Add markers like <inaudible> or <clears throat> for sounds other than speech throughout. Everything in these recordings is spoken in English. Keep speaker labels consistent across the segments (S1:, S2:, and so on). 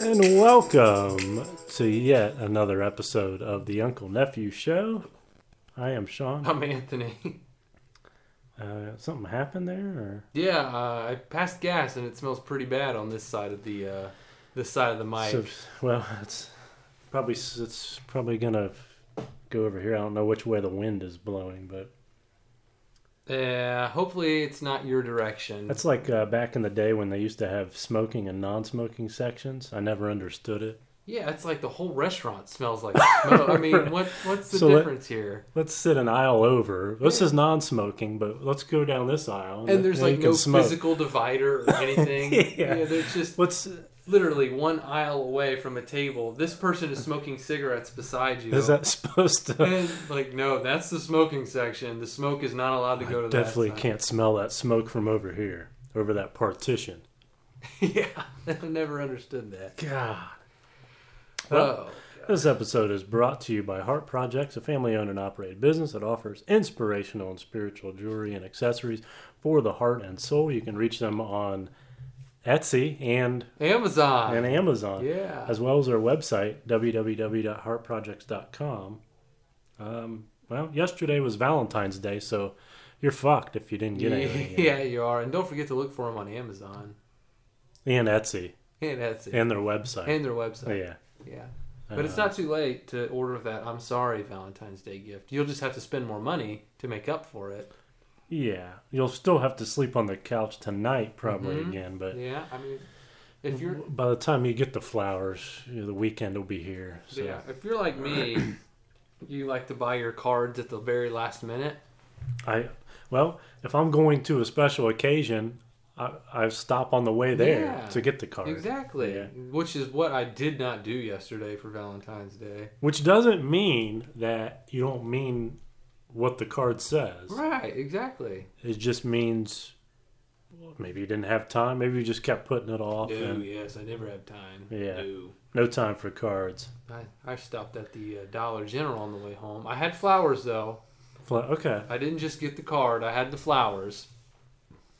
S1: And welcome to yet another episode of the Uncle Nephew Show. I am Sean.
S2: I'm Anthony. <laughs>
S1: Uh, something happened there, or
S2: Yeah, uh, I passed gas and it smells pretty bad on this side of the uh, this side of the mic.
S1: So- well, it's probably it's probably gonna go over here. I don't know which way the wind is blowing, but
S2: Yeah, hopefully it's not your direction.
S1: that's like uh, back in the day when they used to have smoking and non-smoking sections. I never understood it.
S2: yeah, it's like the whole restaurant smells like <laughs> smoke. I mean, what what's the
S1: So let-
S2: difference here?
S1: Let's sit an aisle over. This is non-smoking, but let's go down this aisle.
S2: And there's
S1: then
S2: like
S1: you can
S2: no physical divider or
S1: <laughs>
S2: anything.
S1: Yeah.
S2: yeah, there's just
S1: Let's
S2: literally one aisle away from a table. This person is smoking cigarettes beside you.
S1: is that <laughs> supposed to?
S2: and like no, that's the smoking section. The smoke is not allowed to go to
S1: I
S2: that
S1: definitely
S2: side.
S1: can't smell that smoke from over here, over that partition.
S2: <laughs> yeah, I never understood that.
S1: God. Well,
S2: oh.
S1: this episode is brought to you by Heart Projects, a family owned and operated business that offers inspirational and spiritual jewelry and accessories for the heart and soul. You can reach them on Etsy and,
S2: Amazon.
S1: and Amazon,
S2: yeah.
S1: as well as their website, www.heartprojects.com. Um, well, yesterday was Valentine's Day, so you're fucked if you didn't get anything.
S2: <laughs> yeah, you are. And don't forget to look for them on Amazon <laughs>
S1: And Etsy,
S2: and Etsy and,
S1: and their website. Oh,
S2: their website.
S1: yeah.
S2: Yeah. But it's
S1: Uh,
S2: not too late to order that I'm sorry Valentine's Day gift. You'll just have to spend more money to make up for it.
S1: Yeah, you'll still have to sleep on the couch tonight, probably
S2: Mhm.
S1: again. But
S2: Yeah, I mean, if you're
S1: by the time you get the flowers, you know, the weekend will be here. So
S2: yeah, if you're like me, <coughs> you like to buy your cards at the very last minute.
S1: I, well, if I'm going to a special occasion, I, I stop on the way there
S2: Yeah,
S1: to get the card,
S2: Exactly.
S1: Yeah.
S2: Which is what I did not do yesterday for Valentine's Day.
S1: which doesn't mean that you don't mean what the card says.
S2: Right, exactly.
S1: It just means well, maybe you didn't have time. Maybe you just kept putting it off.
S2: No,
S1: and
S2: Oh, yes, I never have time.
S1: Yeah.
S2: No.
S1: no time for cards.
S2: I, I stopped at the uh, Dollar General on the way home. I had flowers though.
S1: Fla- Okay.
S2: I didn't just get the card. I had the flowers.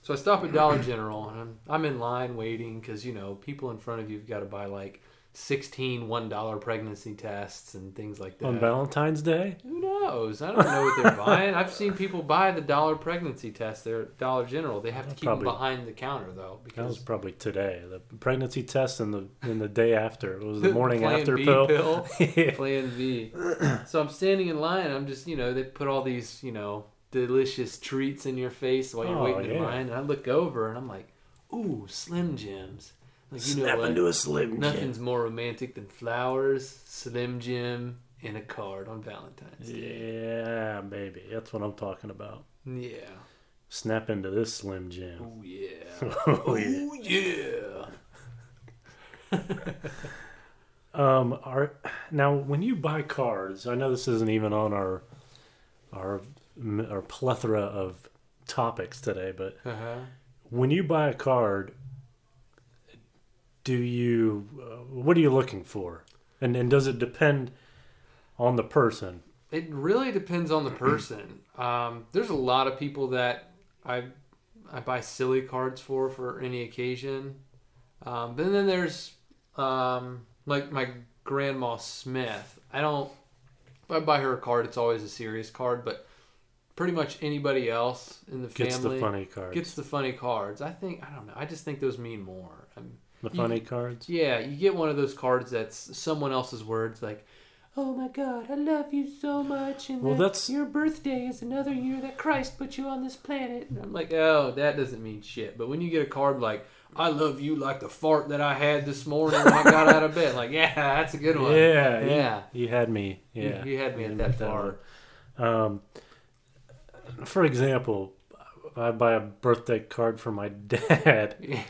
S2: So I stop at
S1: <clears throat>
S2: Dollar General and I'm, I'm in line waiting because you know people in front of you've got to buy like 16 one dollar pregnancy tests and things like that.
S1: On Valentine's Day,
S2: Who knows? I don't know what they're buying. I've seen people buy the dollar pregnancy test there at Dollar General. They have to keep
S1: Probably.
S2: them behind the counter though
S1: That was
S2: because
S1: probably today. The pregnancy test and the and the day after. It was
S2: <laughs>
S1: the morning
S2: Plan
S1: after
S2: B
S1: pill. <laughs>
S2: pill.
S1: yeah.
S2: Plan V. <clears throat> So I'm standing in line. I'm just, you know, they put all these, you know, delicious treats in your face while you're
S1: Oh,
S2: waiting in
S1: yeah.
S2: line. And I look over and I'm like, ooh, Slim Jims. Like, you know
S1: Snap
S2: what?
S1: into a slim
S2: Nothing's more romantic than flowers, Slim Jim, and a card on Valentine's
S1: Jim.
S2: Day.
S1: Yeah, baby. That's what I'm talking about.
S2: Yeah.
S1: <laughs> Snap into this slim jim.
S2: Oh, yeah.
S1: oh, yeah.
S2: Ooh, yeah.
S1: Um, are now when you buy cards, I know this isn't even on our our our plethora of topics today, but
S2: Uh-huh.
S1: when you buy a card, do you uh, what are you looking for, and and does it depend on the person?
S2: It really
S1: <clears throat>
S2: depends on the person. Um, there's a lot of people that I I buy silly cards for for any occasion. Um, but then there's um, like my grandma Smith. I don't. If I buy her a card, it's always a serious card. But pretty much anybody else in the
S1: Gets
S2: family
S1: the funny cards.
S2: gets the funny cards. I think I don't know. I just think those mean more. i
S1: the funny cards.
S2: yeah, you get one of those cards that's someone else's words, like, "Oh my God, I love you so much," and
S1: Well,
S2: that
S1: that's-
S2: your birthday is another year that Christ put you on this planet. And I'm like, oh, that doesn't mean shit. But when you get a card like, "I love you like the fart that I had this morning when I got out of bed," like, yeah, that's a good one.
S1: Yeah, you-
S2: yeah.
S1: You, had me.
S2: You-
S1: Yeah,
S2: you had me at
S1: at
S2: that fart.
S1: Um, for example, I buy a birthday card for my <laughs> dad.
S2: Yeah.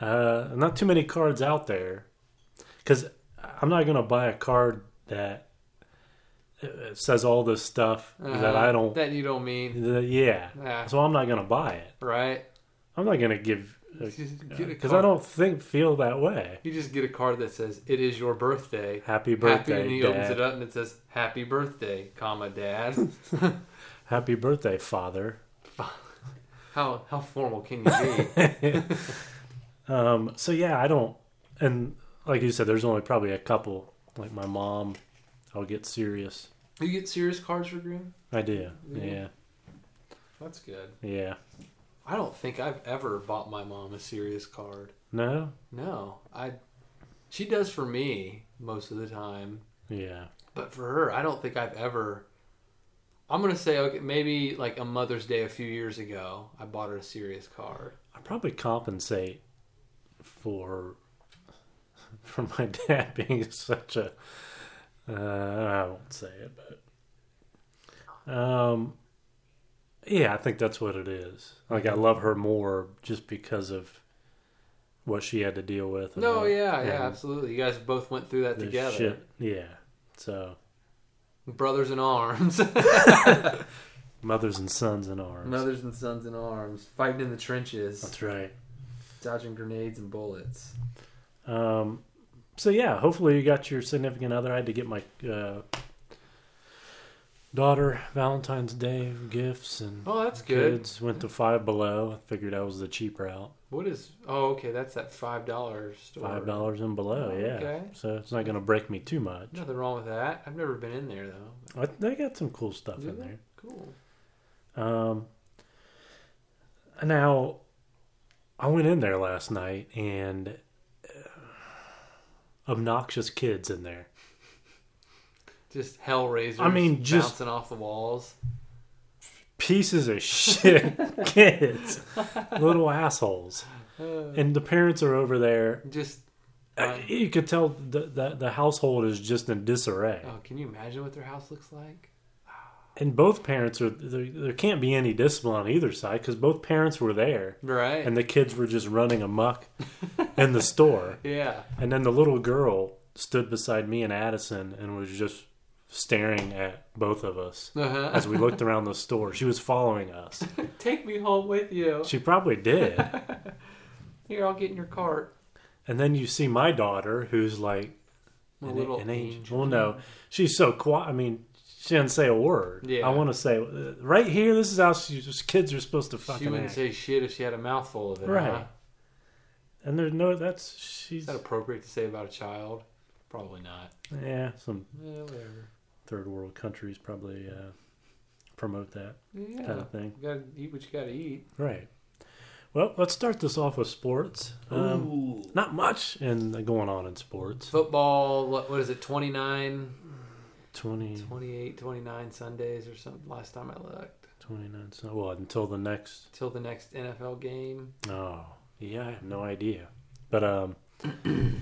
S1: Uh, not too many cards out there, because I'm not gonna buy a card that uh, says all this stuff that
S2: Uh,
S1: I don't.
S2: That you don't mean.
S1: the- yeah,
S2: Yeah.
S1: so I'm not gonna buy it.
S2: Right.
S1: I'm not gonna give
S2: Just get a
S1: because I
S2: card.
S1: don't think feel that way.
S2: You just get a card that says, "It is your birthday."
S1: Happy
S2: Happy,
S1: birthday,
S2: and he
S1: Dad.
S2: opens it up and it says, "Happy birthday, comma dad."
S1: <laughs> Happy birthday,
S2: <laughs>
S1: Father. <laughs>
S2: How how formal can you be?
S1: Um, so yeah, I don't, and like you said, there's only probably a couple. Like my mom, I'll get serious.
S2: <laughs> You get serious cards for green?
S1: I do.
S2: Yeah.
S1: Yeah.
S2: That's good.
S1: Yeah.
S2: I don't think I've ever bought my mom a serious card.
S1: No?
S2: No, I. She does for me most of the time,
S1: Yeah.
S2: but for her, I don't think I've ever. I'm gonna say okay, maybe like a Mother's Day a few years ago, I bought her a serious card.
S1: I probably compensate for <laughs> for my dad <laughs> being such a uh, I won't say it, but um yeah, I think that's what it is. Like I love her more just because of what she had to deal with. and
S2: No,
S1: what-
S2: yeah, yeah,
S1: and
S2: absolutely. You guys both went through that
S1: the
S2: together,
S1: shit- Yeah. So
S2: brothers in arms, <laughs>
S1: mothers and sons in arms.
S2: mothers and sons in arms, fighting in the trenches,
S1: That's right.
S2: dodging grenades and bullets.
S1: Um, so yeah, hopefully you got your significant other. I had to get my uh, daughter Valentine's Day gifts and
S2: Oh, that's good.
S1: kids went to Five Below. I figured that was the cheap route,
S2: What is? Oh, okay, that's that five dollar store.
S1: five dollars and below.
S2: Oh,
S1: Yeah,
S2: okay.
S1: so it's not going to break me too much.
S2: Nothing wrong with that. I've never been in there though.
S1: I, they got some cool stuff
S2: Do
S1: in
S2: they?
S1: there.
S2: Cool.
S1: Um, now, I went in there last night and uh, obnoxious kids in there.
S2: Just Hellraiser.
S1: I mean, just-
S2: bouncing off the walls.
S1: pieces of shit kids, little assholes,
S2: Uh,
S1: and the parents are over there.
S2: just.
S1: Uh,
S2: Right.
S1: You could tell the, the the household is just in disarray,
S2: Oh, can you imagine what their house looks like?
S1: and both parents are there. There can't be any discipline on either side because both parents were there,
S2: Right.
S1: and the kids were just running amok in the store.
S2: yeah.
S1: And then the little girl stood beside me and Addison and was just staring at both of us
S2: Uh-huh.
S1: as we looked around the store. She was following us.
S2: <laughs> Take me home with you.
S1: She probably did.
S2: Here, I'll get in your cart.
S1: And then you see my daughter, who's like
S2: My
S1: an,
S2: little
S1: an angel.
S2: angel.
S1: Well, no, she's so quiet. I mean, she didn't say a word.
S2: Yeah.
S1: I want to say uh, right here. This is how she, just kids are supposed to
S2: She
S1: fucking
S2: wouldn't
S1: act.
S2: say shit if she had a mouthful of it.
S1: Right.
S2: huh?
S1: and there's no. That's she's
S2: Is that appropriate to say about a child? Probably not.
S1: yeah. Some
S2: Yeah, whatever.
S1: third world countries probably uh, promote that
S2: Yeah.
S1: kind of thing.
S2: You gotta eat what you gotta eat.
S1: Right. Well, let's start this off with sports. Um,
S2: Ooh.
S1: not much in going on in sports.
S2: Football, what, what is it, 29,
S1: Twenty,
S2: 28, 29 Sundays or something last time I looked.
S1: twenty-nine. So, well, until the next
S2: Till the next NFL game.
S1: Oh, yeah, I have no idea. But um, <clears throat>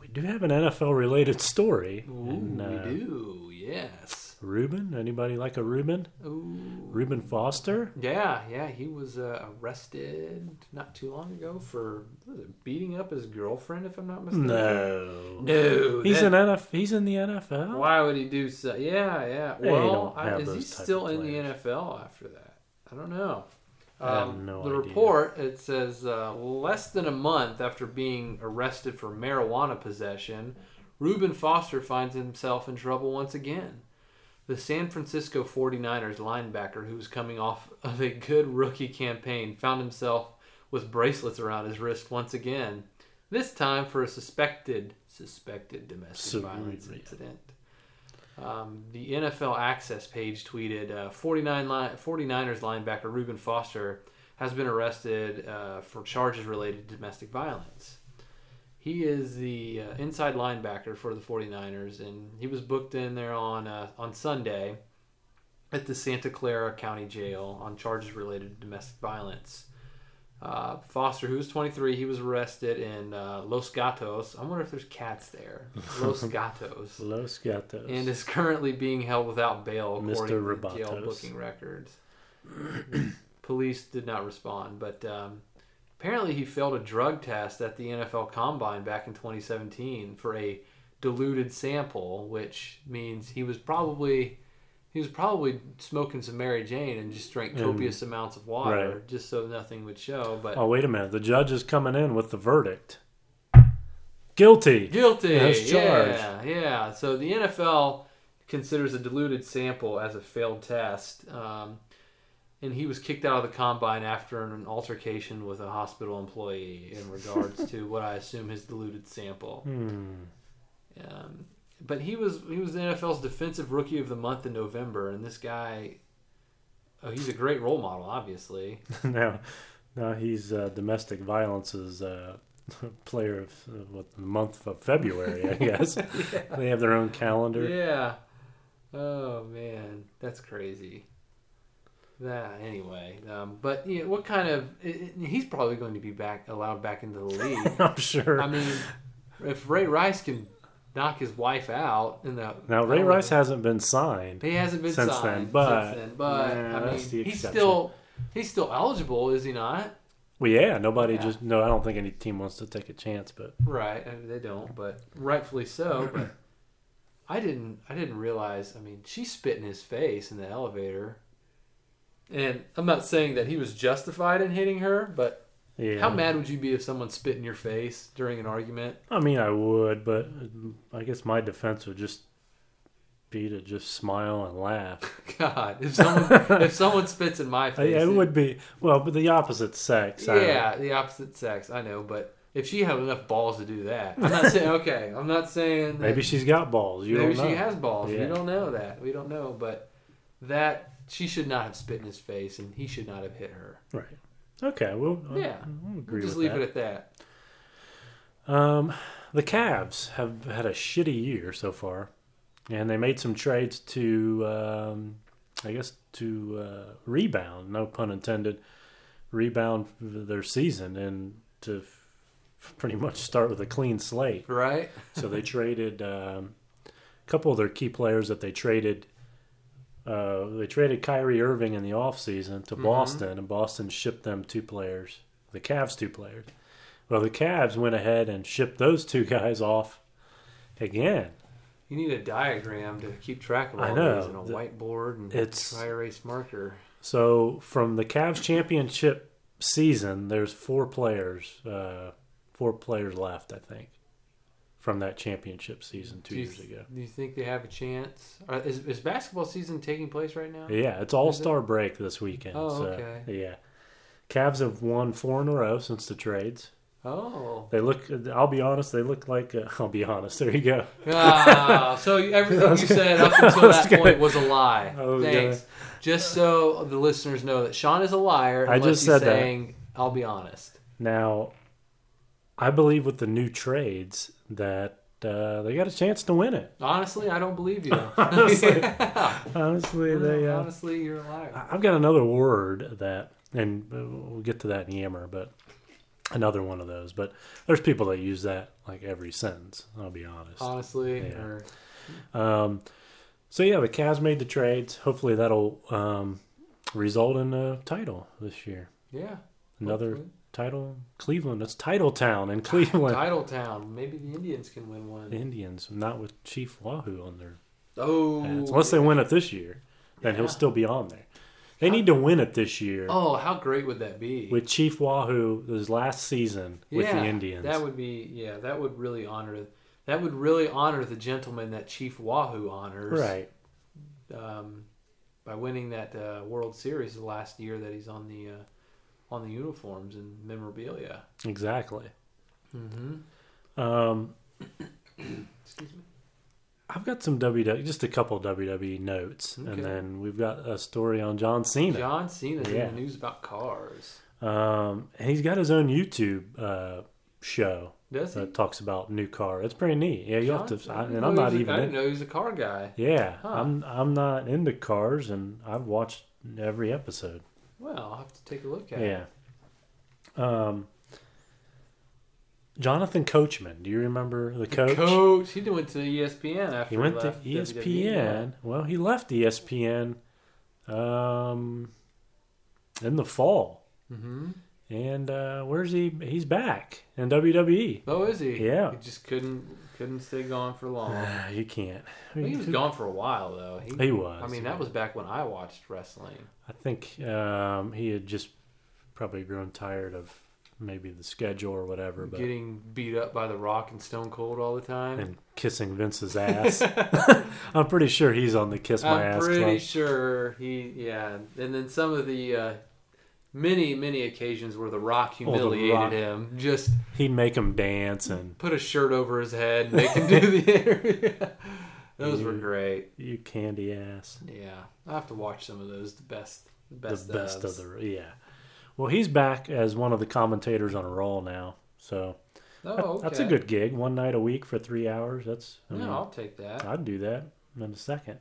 S1: we do have an NFL related story.
S2: Ooh,
S1: And, uh,
S2: we do, yes.
S1: Reuben, anybody like a Reuben?
S2: Ooh.
S1: Reuben Foster?
S2: Yeah, yeah, he was uh, arrested not too long ago for what was it, beating up his girlfriend, if I'm not mistaken.
S1: No.
S2: No.
S1: He's
S2: that-
S1: an NF, he's in the NFL.
S2: Why would he do so? Yeah, yeah.
S1: They
S2: Well,
S1: don't
S2: I,
S1: have
S2: is he
S1: those type
S2: still
S1: of
S2: in the
S1: players.
S2: NFL after that? I don't know.
S1: I have
S2: Um,
S1: no
S2: the
S1: idea.
S2: report it says uh, less than a month after being arrested for marijuana possession, Reuben Foster finds himself in trouble once again. The San Francisco 49ers linebacker, who was coming off of a good rookie campaign, found himself with bracelets around his wrist once again. This time for a suspected suspected domestic
S1: Absolutely.
S2: violence incident. Um, the NFL Access page tweeted uh, 49 line, 49ers linebacker Reuben Foster has been arrested uh, for charges related to domestic violence. He is the uh, inside linebacker for the 49ers, and he was booked in there on uh, on Sunday at the Santa Clara County Jail on charges related to domestic violence. Uh, Foster, who was 23, he was arrested in uh, Los Gatos. I wonder if there's cats there. Los Gatos
S1: Los Gatos.
S2: and is currently being held without bail
S1: Mr.
S2: according to
S1: Robotos.
S2: jail booking records. <clears throat> Police did not respond, but um, apparently he failed a drug test at the NFL Combine back in 2017 for a diluted sample, which means he was probably he was probably smoking some Mary Jane and just drank
S1: And-
S2: copious amounts of water
S1: right.
S2: just so nothing would show. But
S1: oh, wait a minute. The judge is coming in with the verdict guilty.
S2: Guilty.
S1: That's charged.
S2: Yeah, yeah. So the NFL considers a diluted sample as a failed test. Um, and he was kicked out of the combine after an altercation with a hospital employee in regards to what I assume his diluted sample.
S1: Hmm.
S2: Um, but he was he was the NFL's defensive rookie of the month in November, and this guy, oh, he's a great role model, obviously.
S1: <laughs> now, now he's uh, domestic violence's uh, <laughs> player of uh, what the month of February,
S2: <laughs>
S1: I guess. They have their own calendar.
S2: yeah. Oh man, that's crazy. That anyway, um, but you know, what kind of? i i he's probably going to be back allowed back into
S1: <laughs>
S2: the
S1: <laughs>
S2: league.
S1: I'm sure.
S2: I mean, if Ray Rice can knock his wife out in the
S1: now Ray Rice hasn't been signed.
S2: he hasn't been
S1: since
S2: signed
S1: then, but-
S2: since then, but
S1: Yeah,
S2: I mean,
S1: that's the
S2: he's
S1: exception.
S2: still he's still eligible, is he not?
S1: Well, yeah, nobody
S2: Yeah.
S1: just no. I don't think any team wants to take a chance, but
S2: Right, I mean, they don't, but rightfully so. But I didn't I didn't realize. I mean, she spit in his face in the elevator, and I'm not saying that he was justified in hitting her, but
S1: yeah.
S2: how mad would you be if someone spit in your face during an argument? <laughs>
S1: I mean, I would, but I guess my defense would just be to just smile and laugh.
S2: <laughs> God, if someone if someone spits in
S1: <laughs>
S2: my
S1: I,
S2: face,
S1: it would be well, but the opposite sex. I don't-
S2: Yeah, the opposite sex. I know, but if she had enough balls to do that, I'm not saying <laughs> okay. I'm not saying that
S1: Maybe she's got balls. You
S2: maybe
S1: don't know.
S2: she has balls.
S1: Yeah.
S2: We don't know that. We don't know, but that she should not have spit in his face, and he should not have hit her.
S1: Right. Okay. We'll, I'll-
S2: Yeah.
S1: I'll agree
S2: We'll just
S1: with
S2: leave
S1: that.
S2: it at that.
S1: Um, the Cavs have had a shitty year so far, and they made some trades to, um, I guess, to uh, rebound. No pun intended. Rebound their season and to f- pretty much start with a clean slate.
S2: Right?
S1: so they traded um, a couple of their key players that they traded. Uh, they traded Kyrie Irving in the offseason to
S2: Mhm.
S1: Boston, and Boston shipped them two players, the Cavs two players. Well, the Cavs went ahead and shipped those two <laughs> guys off again.
S2: You need a diagram to keep track of all
S1: I know.
S2: these and a
S1: The-
S2: whiteboard and
S1: it's-
S2: dry erase marker.
S1: So from the Cavs championship season, there's four players, uh, four players left, I think, from that championship season two
S2: do you,
S1: years ago.
S2: Do you think they have a chance? Uh, Is, is basketball season taking place right now?
S1: Yeah, it's All Star break this weekend.
S2: Oh,
S1: so,
S2: okay.
S1: Yeah, Cavs have won four in a row since the trades.
S2: Oh.
S1: They look. I'll be honest. They look like. Uh, <laughs> I'll be honest. There you go.
S2: Ah, so
S1: <laughs>
S2: you- everything you said up
S1: I
S2: until
S1: was
S2: that
S1: gonna-
S2: point was a lie.
S1: I was
S2: Thanks. Just so the listeners know that Sean is a liar.
S1: I
S2: Unless
S1: just
S2: he's
S1: said that.
S2: saying, I'll be honest.
S1: Now, I believe with the new trades that uh, they got a chance to win it.
S2: Honestly, I don't believe you.
S1: <laughs>
S2: <laughs>
S1: Honestly.
S2: Yeah.
S1: Honestly, they. Uh,
S2: Honestly, you're a liar.
S1: I- I've got another word that, and uh, we'll get to that in Yammer, but another one of those. But there's people that use that like every sentence. I'll be honest.
S2: Honestly,
S1: Yeah.
S2: or-
S1: Um, so yeah, the Cavs made the trades. Hopefully that'll um, result in a title this year.
S2: yeah.
S1: Another
S2: Hopefully.
S1: title, Cleveland. That's title town in <laughs> Cleveland.
S2: <laughs> title town. Maybe the Indians can win one.
S1: the Indians, not with Chief Wahoo on their
S2: Oh,
S1: hats. Unless they win it this year, then he'll
S2: Yeah.
S1: still be on there. They need to win it this year
S2: Oh, how great would that be?
S1: with Chief Wahoo his last season with
S2: yeah,
S1: the Indians.
S2: That would be yeah. That would really honor. That would really honor the gentleman that Chief Wahoo honors.
S1: right.
S2: um, by winning that uh, World Series the last year that he's on the uh, on the uniforms and memorabilia.
S1: Exactly.
S2: Mm-hmm.
S1: Um,
S2: Excuse me.
S1: I've got some WWE, just a couple WWE notes,
S2: Okay.
S1: and then we've got a story on John Cena.
S2: John Cena's
S1: Yeah.
S2: in the news about cars.
S1: Um, and he's got his own YouTube uh, show
S2: Does he?
S1: that talks about new car. It's pretty neat. Yeah, you
S2: John
S1: have to.
S2: Cena?
S1: I,
S2: I
S1: and
S2: didn't know
S1: I'm
S2: he
S1: not
S2: was a-
S1: even.
S2: I didn't
S1: In,
S2: know he was a car guy.
S1: yeah,
S2: Huh.
S1: I'm. I'm not into cars, and I've watched every episode.
S2: Well, I'll have to take a look at. it.
S1: Yeah. Um. Jonathan Coachman, do you remember the coach?
S2: Coach, he went to E ESPN after
S1: he went to E
S2: left E.
S1: ESPN.
S2: WWE.
S1: Well, he left E ESPN um, in the fall,
S2: Mhm.
S1: and uh, where's he? He's back in E. WWE.
S2: Oh, is he?
S1: Yeah.
S2: He just couldn't couldn't stay gone
S1: <sighs>
S2: for long.
S1: Ah, you can't. I,
S2: I think
S1: mean,
S2: he was
S1: who-
S2: gone for a while though. He,
S1: He was,
S2: I mean,
S1: yeah.
S2: that was back when I watched wrestling.
S1: I think um, he had just probably grown tired of maybe the schedule or whatever. But
S2: Getting beat up by The Rock and Stone Cold all the time.
S1: and kissing
S2: <laughs>
S1: Vince's ass. <laughs> I'm pretty sure he's on the kiss my
S2: I'm
S1: ass
S2: pretty
S1: club.
S2: sure he, yeah. And then some of the uh, many, many occasions where The Rock
S1: Oh, The Rock.
S2: humiliated him, just
S1: He'd make him dance, and
S2: put a shirt over his head, and make him
S1: <laughs>
S2: do the interview. <laughs> Those were
S1: Yeah.
S2: great.
S1: you candy ass.
S2: Yeah, I have to watch some of those. The best, the best,
S1: the best
S2: ofs.
S1: of the yeah. Well, he's back as one of the commentators on Raw now, so that-
S2: Oh, okay.
S1: that's a good gig. One night a week for three hours. That's I mean,
S2: No, I'll take that.
S1: I'd do that in a second.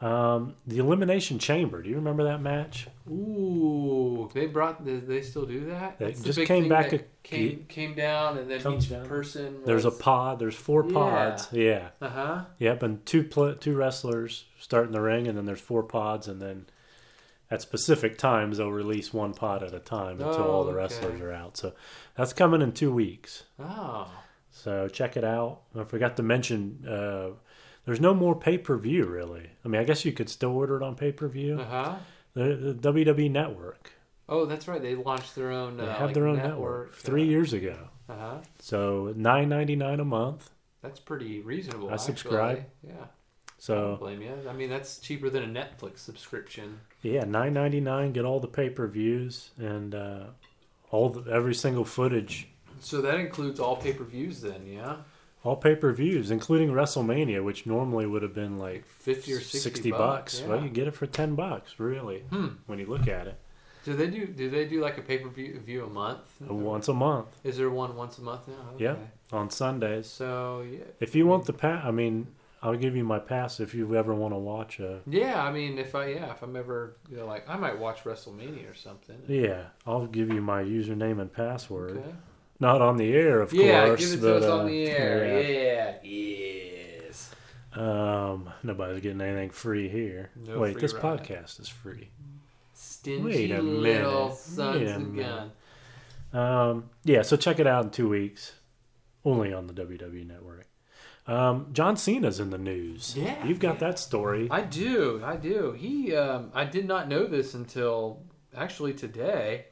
S1: Um, the Elimination Chamber. Do you remember that match?
S2: Ooh, they brought. They, they still do that.
S1: They
S2: That's the
S1: just
S2: big
S1: came
S2: thing
S1: back
S2: that
S1: a-
S2: came came down, and then
S1: Comes
S2: each
S1: down.
S2: person.
S1: There's a
S2: was,
S1: pod. There's four pods. Yeah.
S2: Uh huh.
S1: Yep. And two pl- two wrestlers start in the ring, and then there's four pods, and then at specific times they'll release one pod at a time until
S2: Oh,
S1: all the
S2: okay.
S1: wrestlers are out. So that's coming in two weeks.
S2: Oh,
S1: So check it out. I forgot to mention uh, there's no more pay per view really. I mean, I guess you could still order it on pay per
S2: uh
S1: view.
S2: huh.
S1: The, the WWE Network
S2: Oh, that's right. They launched their own.
S1: they
S2: uh,
S1: have
S2: like,
S1: their own network,
S2: network.
S1: three years ago.
S2: Uh huh.
S1: So nine ninety nine a month.
S2: That's pretty reasonable.
S1: I subscribe.
S2: actually. Yeah. I
S1: So
S2: don't blame you. I mean, that's cheaper than a Netflix subscription.
S1: yeah, nine ninety nine. Get all the pay per views and uh, all the, every single footage,
S2: So that includes all pay per views, then, yeah.
S1: all pay per views, including WrestleMania, which normally would have been like
S2: Fifty or sixty,
S1: bucks.
S2: Yeah.
S1: Well, you get it for ten bucks, really,
S2: Hmm.
S1: when you look at it.
S2: Do they do? Do they do like a pay per view view a month?
S1: uh, Once a month.
S2: Is there one once a month now?
S1: Yeah. on Sundays.
S2: So yeah.
S1: If you want the pass, I mean, I'll give you my pass if you ever want to watch a.
S2: Yeah, I mean, if I yeah, if I'm ever you know, like I might watch WrestleMania or something.
S1: Yeah, I'll give you my username and password.
S2: Okay.
S1: Not on the air, of
S2: yeah,
S1: course.
S2: give it to
S1: but,
S2: us
S1: uh,
S2: on the air. Yeah. Yes.
S1: Um, nobody's getting anything free here.
S2: No
S1: Wait,
S2: free
S1: this
S2: ride.
S1: podcast is free.
S2: Stingy
S1: Wait a
S2: little
S1: minute.
S2: sons
S1: Wait a
S2: of
S1: minute.
S2: gun.
S1: Um, yeah, so check it out in two weeks, only on the WWE Network. Um, John Cena's in the news.
S2: Yeah,
S1: you've got
S2: yeah.
S1: that story.
S2: I do, I do. He, um, I did not know this until actually today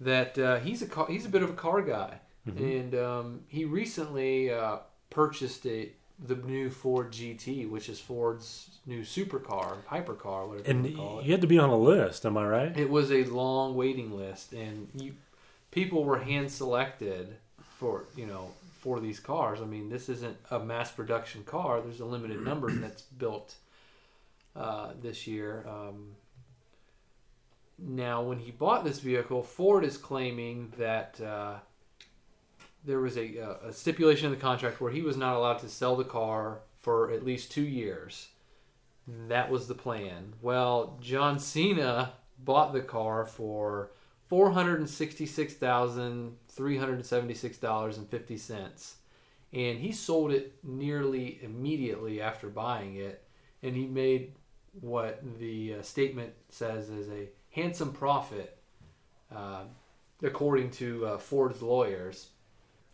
S2: that uh, he's a car, he's a bit of a car guy,
S1: Mm-hmm.
S2: and um, he recently uh, purchased a the new Ford GT, which is Ford's new supercar, hypercar, whatever
S1: and
S2: you wanna call it.
S1: you had to be on a list. Am I right?
S2: It was a long waiting list, and you, people were hand selected for you know for these cars. I mean, this isn't a mass production car. There's a limited number that's built uh, this year. Um, now, when he bought this vehicle, Ford is claiming that uh, there was a, a- a stipulation in the contract where he was not allowed to sell the car for at least two years. That was the plan. Well, John Cena bought the car for four hundred and sixty-six thousand three hundred seventy-six dollars and fifty cents, and he sold it nearly immediately after buying it, and he made what the uh, statement says is a handsome profit, uh, according to uh, Ford's lawyers.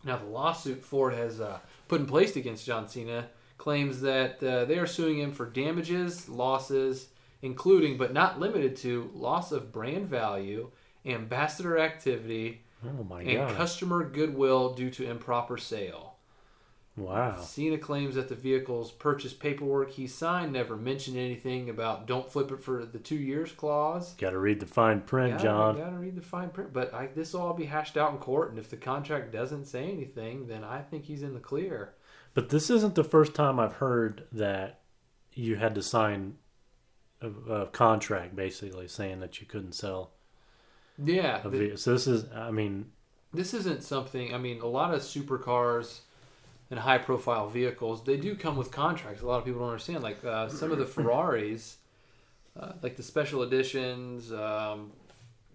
S2: Now, the lawsuit Ford has uh, put in place against John Cena claims that uh, they are suing him for damages, losses, including but not limited to loss of brand value, ambassador activity,
S1: Oh my
S2: and
S1: god!
S2: customer goodwill due to improper sale.
S1: wow.
S2: Cena claims that the vehicle's purchase paperwork he signed never mentioned anything about don't flip it for the two years clause.
S1: Got to read the fine print,
S2: Yeah,
S1: John.
S2: You gotta read the fine print, but I, this will all be hashed out in court, and if the contract doesn't say anything, then I think he's in the clear.
S1: But this isn't the first time I've heard that you had to sign a, a contract basically saying that you couldn't sell
S2: Yeah,
S1: a
S2: th-
S1: vehicle. So this is, I mean,
S2: this isn't something. I mean, a lot of supercars and high-profile vehicles they do come with contracts. A lot of people don't understand. Like uh,
S1: <clears throat>
S2: some of the Ferraris, uh, like the special editions. Um,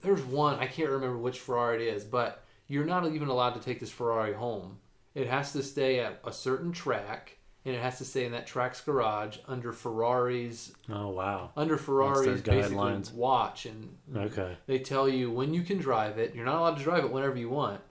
S2: there's one I can't remember which Ferrari it is, but you're not even allowed to take this Ferrari home. It has to stay at a certain track, and it has to stay in that track's garage under Ferrari's
S1: oh wow,
S2: under Ferrari's basically
S1: guidelines.
S2: watch and
S1: okay,
S2: they tell you when you can drive it. You're not allowed to drive it whenever you want.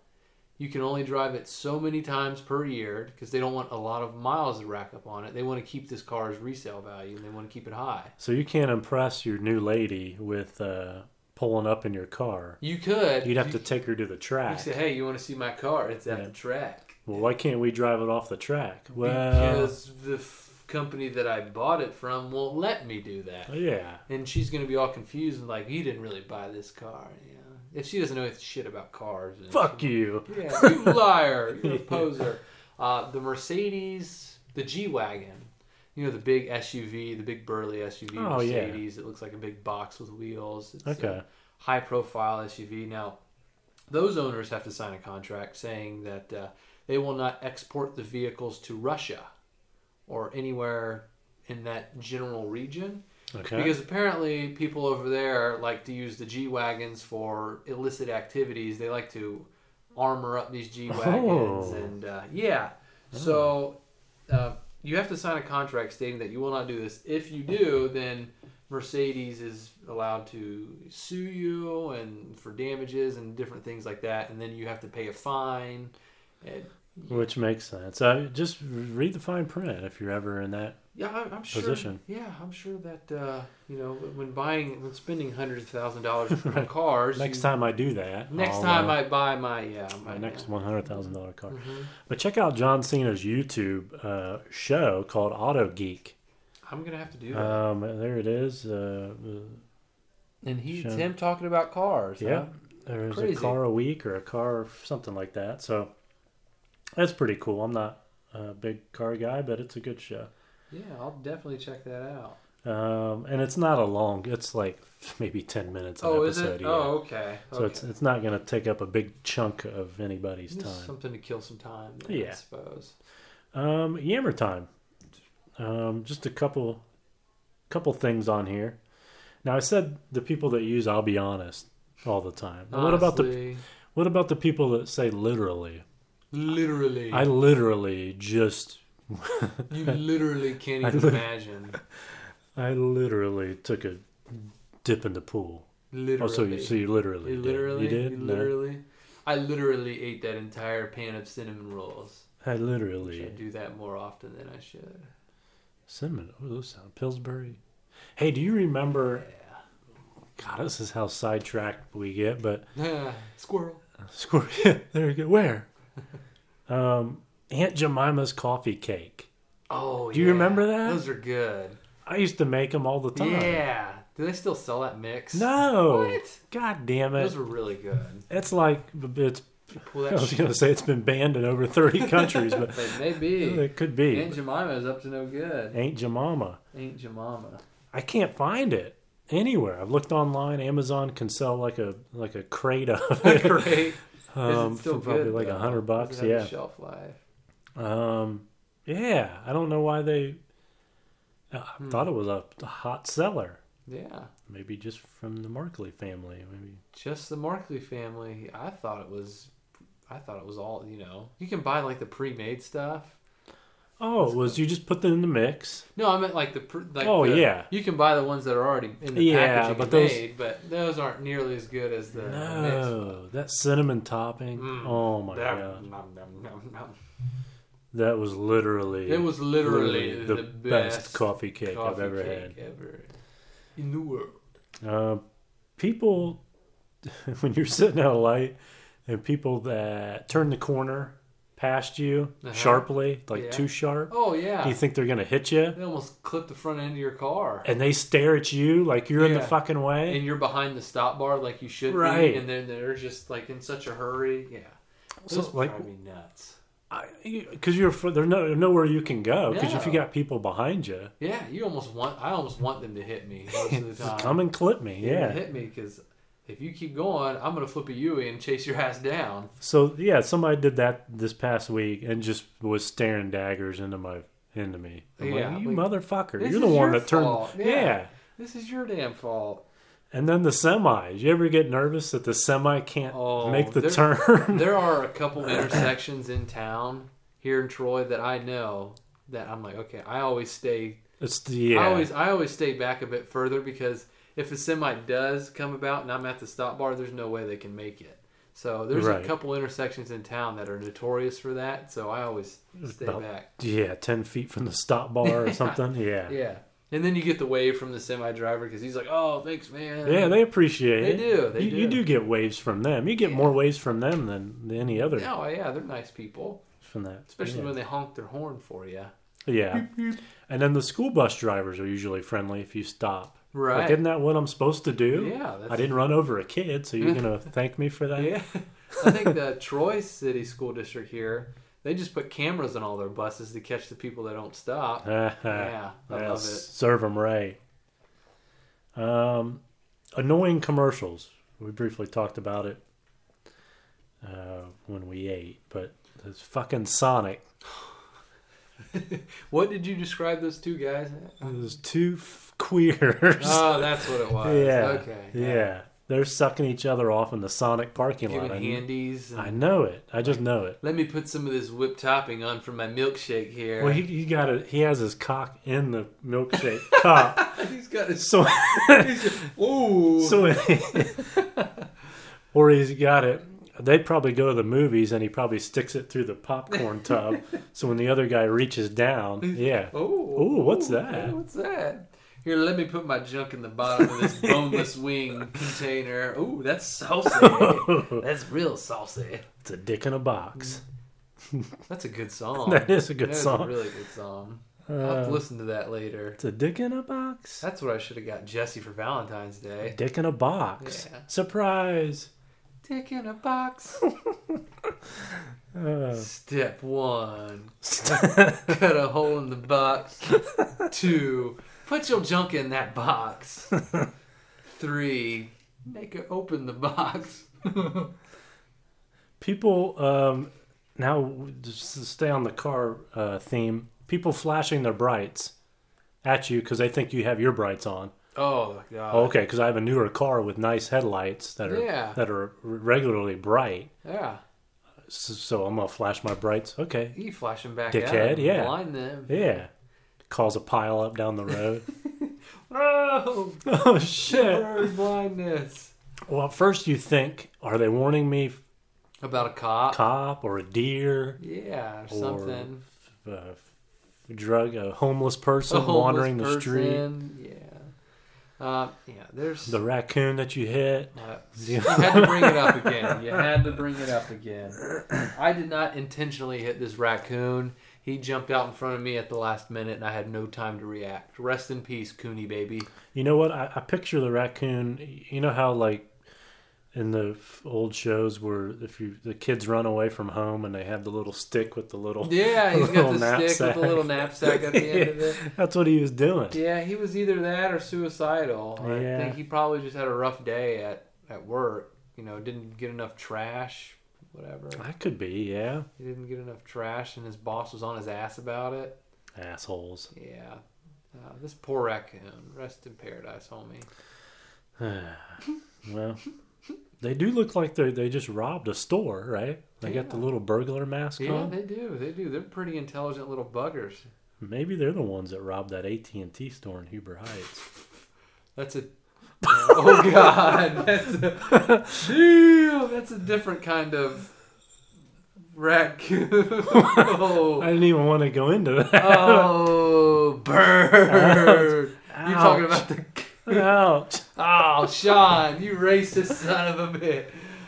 S2: You can only drive it so many times per year because they don't want a lot of miles to rack up on it. They want to keep this car's resale value and they want to keep it high.
S1: so you can't impress your new lady with uh, pulling up in your car.
S2: You could.
S1: You'd have
S2: You-
S1: to take her to the
S2: You
S1: track.
S2: say, hey, you want to see my car? It's at
S1: Yeah.
S2: the track.
S1: Well, why can't we drive it off the track? Well,
S2: because the f- company that I bought it from won't let me do that.
S1: yeah.
S2: And she's going to be all confused and like, you didn't really buy this car. You know? If she doesn't know shit about cars. then
S1: Fuck
S2: she-
S1: you.
S2: Yeah, you liar. You're a poser. Uh, the Mercedes, the G Wagon, you know, the big SUV, the big burly SUV
S1: Oh, yeah.
S2: Mercedes. It looks like a big box with wheels. It's a
S1: Okay.
S2: high profile SUV. Now, those owners have to sign a contract saying that uh, they will not export the vehicles to Russia or anywhere in that general region.
S1: Okay.
S2: Because apparently, people over there like to use the G wagons for illicit activities. They like to armor up these G wagons,
S1: Oh.
S2: and uh, yeah. So uh, you have to sign a contract stating that you will not do this. If you do, then Mercedes is allowed to sue you and for damages and different things like that, and then you have to pay a fine. And,
S1: Which makes sense. Uh, just read the fine print if you're ever in that.
S2: Yeah, I'm, I'm sure.
S1: Position.
S2: Yeah, I'm sure that uh, you know when buying, when spending hundreds of
S1: <laughs>
S2: thousand dollars on cars.
S1: Next
S2: you-
S1: time I do that.
S2: Next
S1: I'll,
S2: time
S1: uh,
S2: I buy my yeah
S1: my next one hundred thousand dollar car.
S2: Mhm.
S1: But check out John Cena's YouTube uh, show called Auto Geek.
S2: I'm gonna have to do that.
S1: Um, there it is. Uh, uh,
S2: and he's
S1: sure.
S2: him talking about cars.
S1: yeah,
S2: huh?
S1: there's a
S2: Crazy.
S1: car a week or a car something like that. So that's pretty cool. I'm not a big car guy, but it's a good show.
S2: yeah, I'll definitely check that out.
S1: Um, and it's not a long. It's like maybe ten minutes an
S2: oh, is
S1: episode.
S2: it?
S1: yeah.
S2: Oh, okay.
S1: So it's it's not going to take up a big chunk of anybody's
S2: Just
S1: time.
S2: something to kill some time. then, I
S1: Yeah.
S2: suppose.
S1: Um, Yammer time. Um, just a couple, couple things on here. Now I said the people that use "I'll be honest" all the time. Now, What about the
S2: Honestly,
S1: what about the people that say literally?
S2: literally?
S1: I literally just
S2: you literally
S1: <laughs>
S2: can't
S1: I
S2: even
S1: li-
S2: imagine.
S1: I literally took a dip in the pool.
S2: Literally.
S1: Oh, so you so you literally
S2: You
S1: did.
S2: literally,
S1: you did
S2: you
S1: No.
S2: literally. I literally ate that entire pan of cinnamon rolls.
S1: I
S2: I
S1: literally
S2: should do that more often than I should.
S1: cinnamon. Oh, those sound Pillsbury. Hey, do you remember? God, this is how sidetracked we get. But
S2: Yeah. Squirrel.
S1: Squirrel. Yeah, <laughs> there you go.
S2: <laughs>
S1: Where? um, Aunt Jemima's coffee cake.
S2: Oh,
S1: Do you
S2: yeah.
S1: remember that?
S2: Those are good.
S1: I used to make them all the time.
S2: Yeah. Do they still sell that mix?
S1: No.
S2: What?
S1: God damn it.
S2: Those were really good.
S1: It's like it's.
S2: You
S1: <laughs>
S2: pull
S1: I
S2: that
S1: was
S2: shit.
S1: gonna say it's been banned in over
S2: <laughs>
S1: thirty countries, but
S2: They may
S1: <laughs>
S2: be.
S1: it could be
S2: Aunt Jemima's up to no good.
S1: Aunt Jemima.
S2: Aunt Jemima.
S1: <laughs>
S2: <laughs>
S1: I can't find it anywhere. I've looked online. Amazon can sell like a like a crate of it,
S2: Great.
S1: um,
S2: Is it still
S1: for probably
S2: good,
S1: like
S2: though?
S1: a hundred bucks.
S2: Does it have a
S1: Yeah.
S2: Shelf life.
S1: Um, yeah, I don't know why they. I
S2: Hmm.
S1: thought it was a hot seller.
S2: Yeah.
S1: Maybe just from the Markley family. Maybe
S2: Just the Markley family. I thought it was. I thought it was all. You know, you can buy like the pre-made stuff.
S1: oh, it was you just put them in the mix?
S2: No, I meant like the. Pre, like
S1: Oh,
S2: the-
S1: yeah.
S2: You can buy the ones that are already in the
S1: Yeah,
S2: packaging
S1: but
S2: and
S1: those-
S2: made, but those aren't nearly as good as the mixed
S1: No, that cinnamon topping.
S2: Mm.
S1: oh my
S2: That-
S1: god,
S2: nom, nom, nom, nom.
S1: that was literally
S2: It was literally, the, best,
S1: coffee cake I've
S2: coffee
S1: ever
S2: cake ever in the world.
S1: had. Uh, people, <laughs> when you're sitting at a light, and people that turn the corner past you
S2: Uh-huh.
S1: sharply, like
S2: Yeah.
S1: too sharp,
S2: Oh yeah,
S1: you think they're gonna hit you?
S2: they almost clipped the front end of your car,
S1: and they stare at you like you're in the
S2: Yeah.
S1: fucking way.
S2: and you're behind the stop bar like you should
S1: Right.
S2: be, and then they're just like in such a hurry. Yeah,
S1: So,
S2: those
S1: like-
S2: drive me nuts.
S1: Because you, are you're there's no, nowhere you can go. Because if you
S2: No.
S1: got people behind you,
S2: Yeah, you almost want. I almost want them to hit me most of the
S1: just
S2: time.
S1: come and clip me.
S2: Uh-huh. They're
S1: Yeah.
S2: gonna hit me because if you keep going, I'm gonna flip a Yui and chase your ass down.
S1: So yeah, somebody did that this past week and just was staring daggers into my into me. I'm
S2: Yeah,
S1: like, you
S2: like,
S1: motherfucker!
S2: this
S1: You're the
S2: is
S1: one
S2: your
S1: that
S2: fault.
S1: turned.
S2: Yeah.
S1: Yeah.
S2: This is your
S1: <laughs>
S2: damn fault.
S1: And then the semis. You ever get nervous that the semi can't
S2: Oh,
S1: make the
S2: they're-
S1: turn?
S2: there are a couple intersections in town here in Troy that I know that I'm like, okay, I always stay
S1: <laughs> it's the yeah.
S2: I always I always stay back a bit further because if a semi does come about and I'm at the stop bar, there's no way they can make it. So there's
S1: Right.
S2: a couple intersections in town that are notorious for that, so I always stay
S1: About-
S2: back. <laughs>
S1: yeah, ten feet from the stop bar or something. Yeah.
S2: Yeah. And then you get the wave from the semi driver because he's like, "Oh, thanks, man."
S1: Yeah, they appreciate
S2: They
S1: it.
S2: do, they
S1: you,
S2: do.
S1: you do get waves from them. You get
S2: Yeah.
S1: more waves from them than, than any other
S2: No, yeah, they're nice people,
S1: from that.
S2: especially
S1: yeah.
S2: when they honk their horn for you.
S1: yeah. And then the school bus drivers are usually friendly if you stop.
S2: Right.
S1: Like, isn't that what I'm supposed to do?
S2: yeah, that's,
S1: I didn't run over a kid, so
S2: <laughs>
S1: you're gonna thank me for <laughs> that.
S2: Yeah, <laughs> I think the Troy City School District here, they just put cameras on all their buses to catch the people that don't stop. Yeah, I
S1: Yeah,
S2: love it.
S1: serve them right. Um, annoying commercials. We briefly talked about it uh, when we ate, but it's fucking Sonic.
S2: What did you describe those two guys?
S1: <laughs> Those two f- queers. <laughs>
S2: Oh, that's what it was.
S1: yeah.
S2: Okay.
S1: Yeah. They're sucking each other off in the Sonic parking lot.
S2: Giving
S1: I, kn-
S2: handies. And,
S1: I know it. I just know it.
S2: let me put some of this whipped topping on for my milkshake here.
S1: Well, he, he got it. He has his cock in the milkshake <laughs> cup.
S2: <laughs> he's got his.
S1: <laughs> So
S2: He's just, Ooh.
S1: So, or he's got it. They probably go to the movies and he probably sticks it through the popcorn tub. so when the other guy reaches down, yeah,
S2: Oh,
S1: Ooh, what's that?
S2: What's that? Here, let me put my junk in the bottom of
S1: <laughs>
S2: this boneless wing container. Ooh, that's saucy.
S1: <laughs>
S2: that's real saucy.
S1: it's a dick in a box.
S2: That's a good
S1: <laughs>
S2: song.
S1: That is a good
S2: That is
S1: song. Uh,
S2: a really good song. I'll have to listen to that later.
S1: It's a dick in a box.
S2: That's what I should have got Jesse for Valentine's Day.
S1: Dick in a box.
S2: Yeah.
S1: Surprise.
S2: Dick in
S1: <laughs>
S2: a box.
S1: Uh,
S2: Step one. <laughs> Cut a hole in the box. Two. Put your junk in that box. Three. Make her open the box.
S1: people um, now just to stay on the car uh, theme. People flashing their brights at you because they think you have your brights on.
S2: Oh god.
S1: Oh, okay, because I have a newer car with nice headlights that are
S2: Yeah.
S1: that are r- regularly bright.
S2: Yeah.
S1: So, so I'm gonna flash my brights. Okay,
S2: You flash them back out.
S1: Dickhead,
S2: and
S1: yeah.
S2: Blind them.
S1: yeah. Cause a pile up down the road.
S2: <laughs> Oh,
S1: oh shit!
S2: bird blindness.
S1: Well, at first you think, are they warning me,
S2: About a cop.
S1: cop or a deer
S2: Yeah, or
S1: or
S2: something.
S1: f- uh, f- drug, a homeless person
S2: A homeless
S1: wandering the street,
S2: person, Yeah. Uh, yeah. There's.
S1: the raccoon that you hit?
S2: Uh,
S1: Yeah.
S2: you had to bring it
S1: <laughs>
S2: up again. You had to bring it up again. I did not intentionally hit this raccoon. He jumped out in front of me at the last minute, and I had no time to react. Rest in peace, Cooney baby.
S1: You know what? I, I picture the raccoon. You know how like in the f- old shows where if you the kids run away from home and they have the little stick with the little.
S2: Yeah, he's got
S1: Little
S2: the stick with
S1: knapsack.
S2: the little knapsack at the end
S1: <laughs>
S2: of it.
S1: That's what he was doing.
S2: Yeah, he was either that or suicidal.
S1: Yeah.
S2: I think he probably just had a rough day at, at work. You know, didn't get enough trash, whatever.
S1: That could be, yeah.
S2: He didn't get enough trash, and his boss was on his ass about it.
S1: Assholes. <sighs>
S2: Yeah. Uh, this poor raccoon. Rest in paradise, homie.
S1: well, they do look like they they just robbed a store, right? They got the
S2: Yeah.
S1: little burglar mask
S2: Yeah,
S1: on.
S2: they do. They do. They're pretty intelligent little buggers.
S1: Maybe they're the ones that robbed that AT and T store in Huber Heights.
S2: That's a. <laughs> oh God, <laughs> that's a. Ew, that's a different kind of raccoon.
S1: I
S2: <laughs>
S1: <laughs>
S2: oh,
S1: didn't even want to go into that.
S2: bird. You talking about the?
S1: Ouch.
S2: <laughs> Oh, Sean, you racist son of a bitch.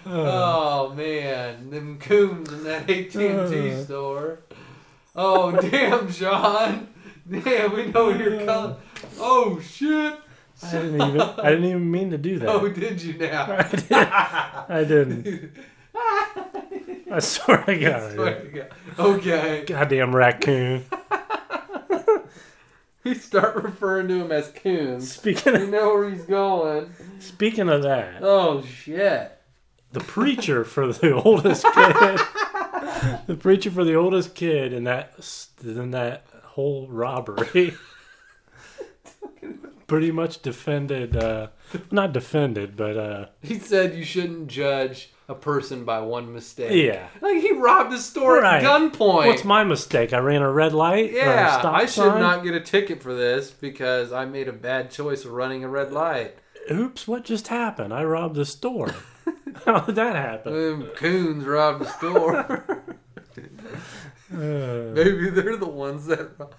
S1: Uh.
S2: Oh man, them coons in that AT&T
S1: Uh.
S2: store. Oh damn, John. Damn, we know you're coming. Oh shit.
S1: I didn't even I didn't even mean to do that.
S2: Oh, did you now?
S1: <laughs> I didn't. I swear
S2: <laughs>
S1: to God. I
S2: Swear
S1: didn't.
S2: to God. Okay.
S1: Goddamn raccoon.
S2: We start referring to him as coons.
S1: Speaking
S2: We
S1: of,
S2: know where he's going.
S1: speaking of that,
S2: Oh shit.
S1: the preacher for the <laughs> oldest kid. the preacher for the oldest kid in that in that whole robbery. Pretty much defended, uh, not defended, but uh,
S2: He said you shouldn't judge a person by one mistake.
S1: yeah.
S2: Like he robbed a store
S1: Right.
S2: at gunpoint.
S1: What's my mistake? I ran a red light. <laughs> or a
S2: Yeah,
S1: stop
S2: I should
S1: sign?
S2: not get a ticket for this because I made a bad choice of running a
S1: <laughs>
S2: red light.
S1: Oops! What just happened? I robbed a store. <laughs> How did that happen?
S2: Them coons robbed the
S1: <laughs>
S2: store.
S1: Uh,
S2: Maybe they're the ones that. robbed.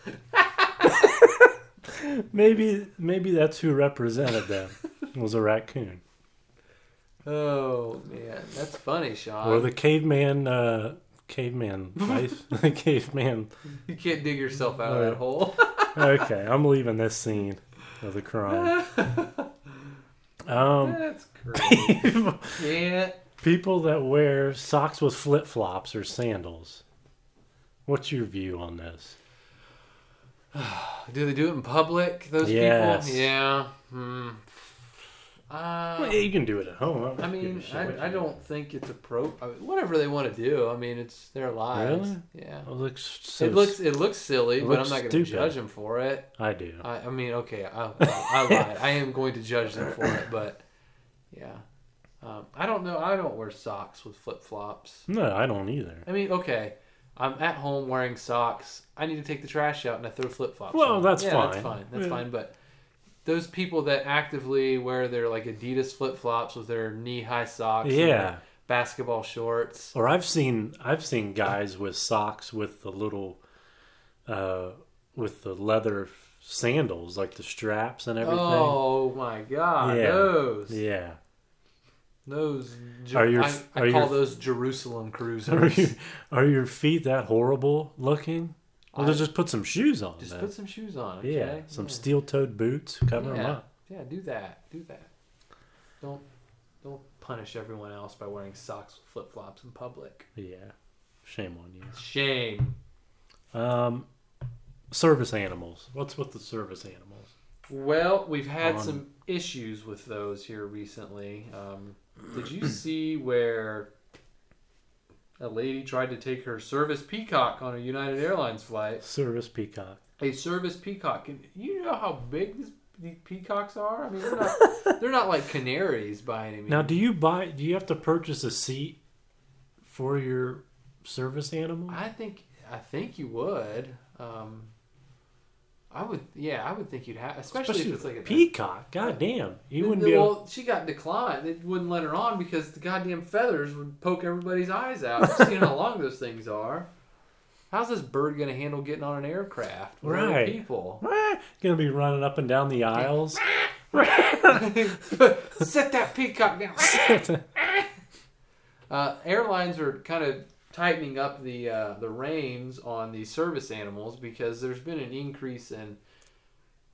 S1: maybe maybe that's who represented
S2: <laughs>
S1: them was a raccoon
S2: Oh man, that's funny, Sean.
S1: or the caveman. Uh,
S2: <laughs>
S1: caveman life. the caveman.
S2: you can't dig yourself out of
S1: Alright.
S2: that hole.
S1: Okay, I'm leaving this scene of the crime.
S2: <laughs>
S1: Um, <laughs>
S2: that's crazy. yeah.
S1: people that wear socks with flip flops or sandals. What's your view on this?
S2: Do they do it in public? Those
S1: Yes.
S2: people. Yeah. Hmm. Uh,
S1: Well, you can do it at home. don't
S2: I
S1: give a
S2: mean,
S1: shit what
S2: I, I
S1: you
S2: don't think it's appropriate. I mean, whatever they want to do, I mean, it's their lives.
S1: Really?
S2: Yeah.
S1: do. It looks. So
S2: it looks it looks silly,
S1: it
S2: but
S1: looks
S2: I'm not going to
S1: stupid.
S2: judge them for it.
S1: I do.
S2: I, I mean, okay, I, I, I lied. I am going to judge them for it, but yeah, um, I don't know. I don't wear socks with flip flops.
S1: No, I don't either.
S2: I mean, okay, I'm at home wearing socks. I need to take the trash out, and I throw flip flops.
S1: Well, that's
S2: yeah,
S1: fine.
S2: That's fine. That's
S1: Yeah.
S2: fine. But those people that actively wear their like Adidas flip flops with their knee high socks, and
S1: Yeah.
S2: their basketball shorts.
S1: Or I've seen I've seen guys with socks with the little, uh, with the leather sandals like the straps and everything.
S2: Oh my god,
S1: Yeah.
S2: those.
S1: Yeah.
S2: Those Jer-
S1: Are your-
S2: I, I
S1: are
S2: call
S1: your-
S2: those Jerusalem
S1: Are
S2: cruisers.
S1: you are your feet that horrible looking? Well,
S2: I-
S1: then just put some shoes on.
S2: Just
S1: then.
S2: put some shoes on. Okay?
S1: yeah, some
S2: yeah.
S1: steel-toed boots cover them
S2: Yeah.
S1: up.
S2: Yeah, do that. Do that. Don't don't punish everyone else by wearing socks with flip flops in public.
S1: Yeah, shame on you.
S2: Shame.
S1: Um, service animals. What's with the service animals?
S2: Well, we've had
S1: On-
S2: some issues with those here recently. Um,
S1: <clears throat>
S2: did you see where a lady tried to take her service peacock on a United Airlines flight?
S1: Service peacock.
S2: a service peacock. And you know how big these, these peacocks are? I mean, they're not, they're not like canaries by any means.
S1: Now, do you buy? Do you have to purchase a seat for your service animal?
S2: I think I think you would. Um, I would, yeah, I would think you'd have, especially, if it's like a
S1: peacock. God damn, you
S2: The-
S1: wouldn't
S2: the-
S1: be able.
S2: Well, she got declined. They wouldn't let her on because the goddamn feathers would poke everybody's
S1: <laughs>
S2: eyes out. You've seen how long those things are. How's this bird going to handle getting on an aircraft? with other
S1: Right. <laughs>
S2: People. <laughs>
S1: Ah, gonna be running up and down the aisles. <laughs>
S2: Set that peacock down. Uh, airlines are kind of tightening up the uh, the reins on these service animals because there's been an increase in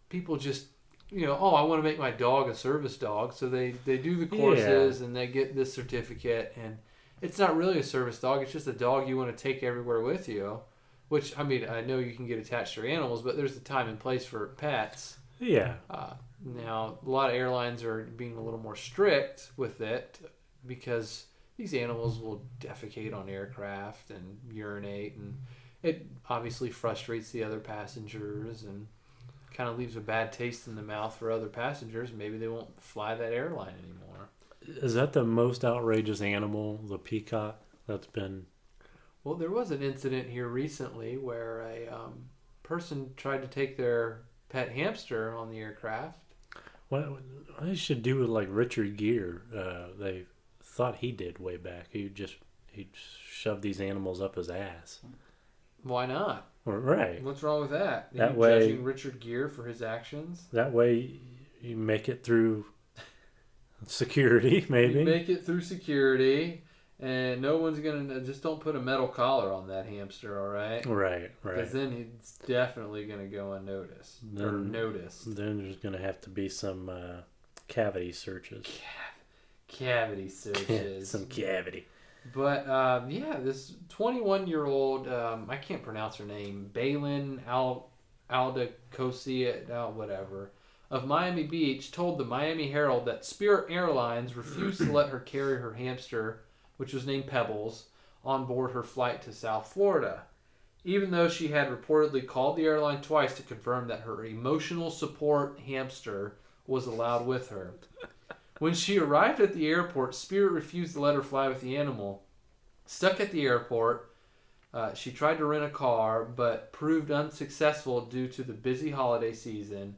S2: people just you know oh I want to make my dog a service dog so they they do the courses and they get this certificate and it's not really a service dog it's just a dog you want to take everywhere with you which I mean I know you can get attached to your animals but there's a time and place for pets
S1: yeah,
S2: uh, now, a lot of airlines are being a little more strict with it because these animals will defecate on aircraft and urinate, and it obviously frustrates the other passengers and kind of leaves a bad taste in the mouth for other passengers. Maybe they won't fly that airline anymore.
S1: is that the most outrageous animal? The peacock that's been.
S2: Well, there was an incident here recently where a um, person tried to take their pet hamster on the aircraft.
S1: What I should do with like Richard Gere. Uh, they thought he did way back. He just he shoved these animals up his ass.
S2: Why not?
S1: Right.
S2: What's wrong with that? Are
S1: That
S2: you
S1: way-
S2: judging Richard Gere for his actions?
S1: That way you make it through <laughs> security,
S2: You
S1: maybe.
S2: make it through security, and no one's gonna just don't put a metal collar on that hamster, all right?
S1: Right, right.
S2: Because then he's definitely gonna go unnoticed or
S1: Then-
S2: noticed.
S1: Then there's going to have to be some uh, cavity searches. <laughs>
S2: Cavity searches.
S1: some cavity.
S2: But um, yeah, this 21 year old, um, I can't pronounce her name, Balin Al Aldacosia, Al, whatever, of Miami Beach, told the Miami Herald that Spirit Airlines refused to let her carry her hamster, which was named Pebbles, on board her flight to South Florida. Even though she had reportedly called the airline twice to confirm that her emotional support hamster was allowed with her. When she arrived at the airport, Spirit refused to let her fly with the animal. Stuck at the airport, uh, she tried to rent a car, but proved unsuccessful due to the busy holiday season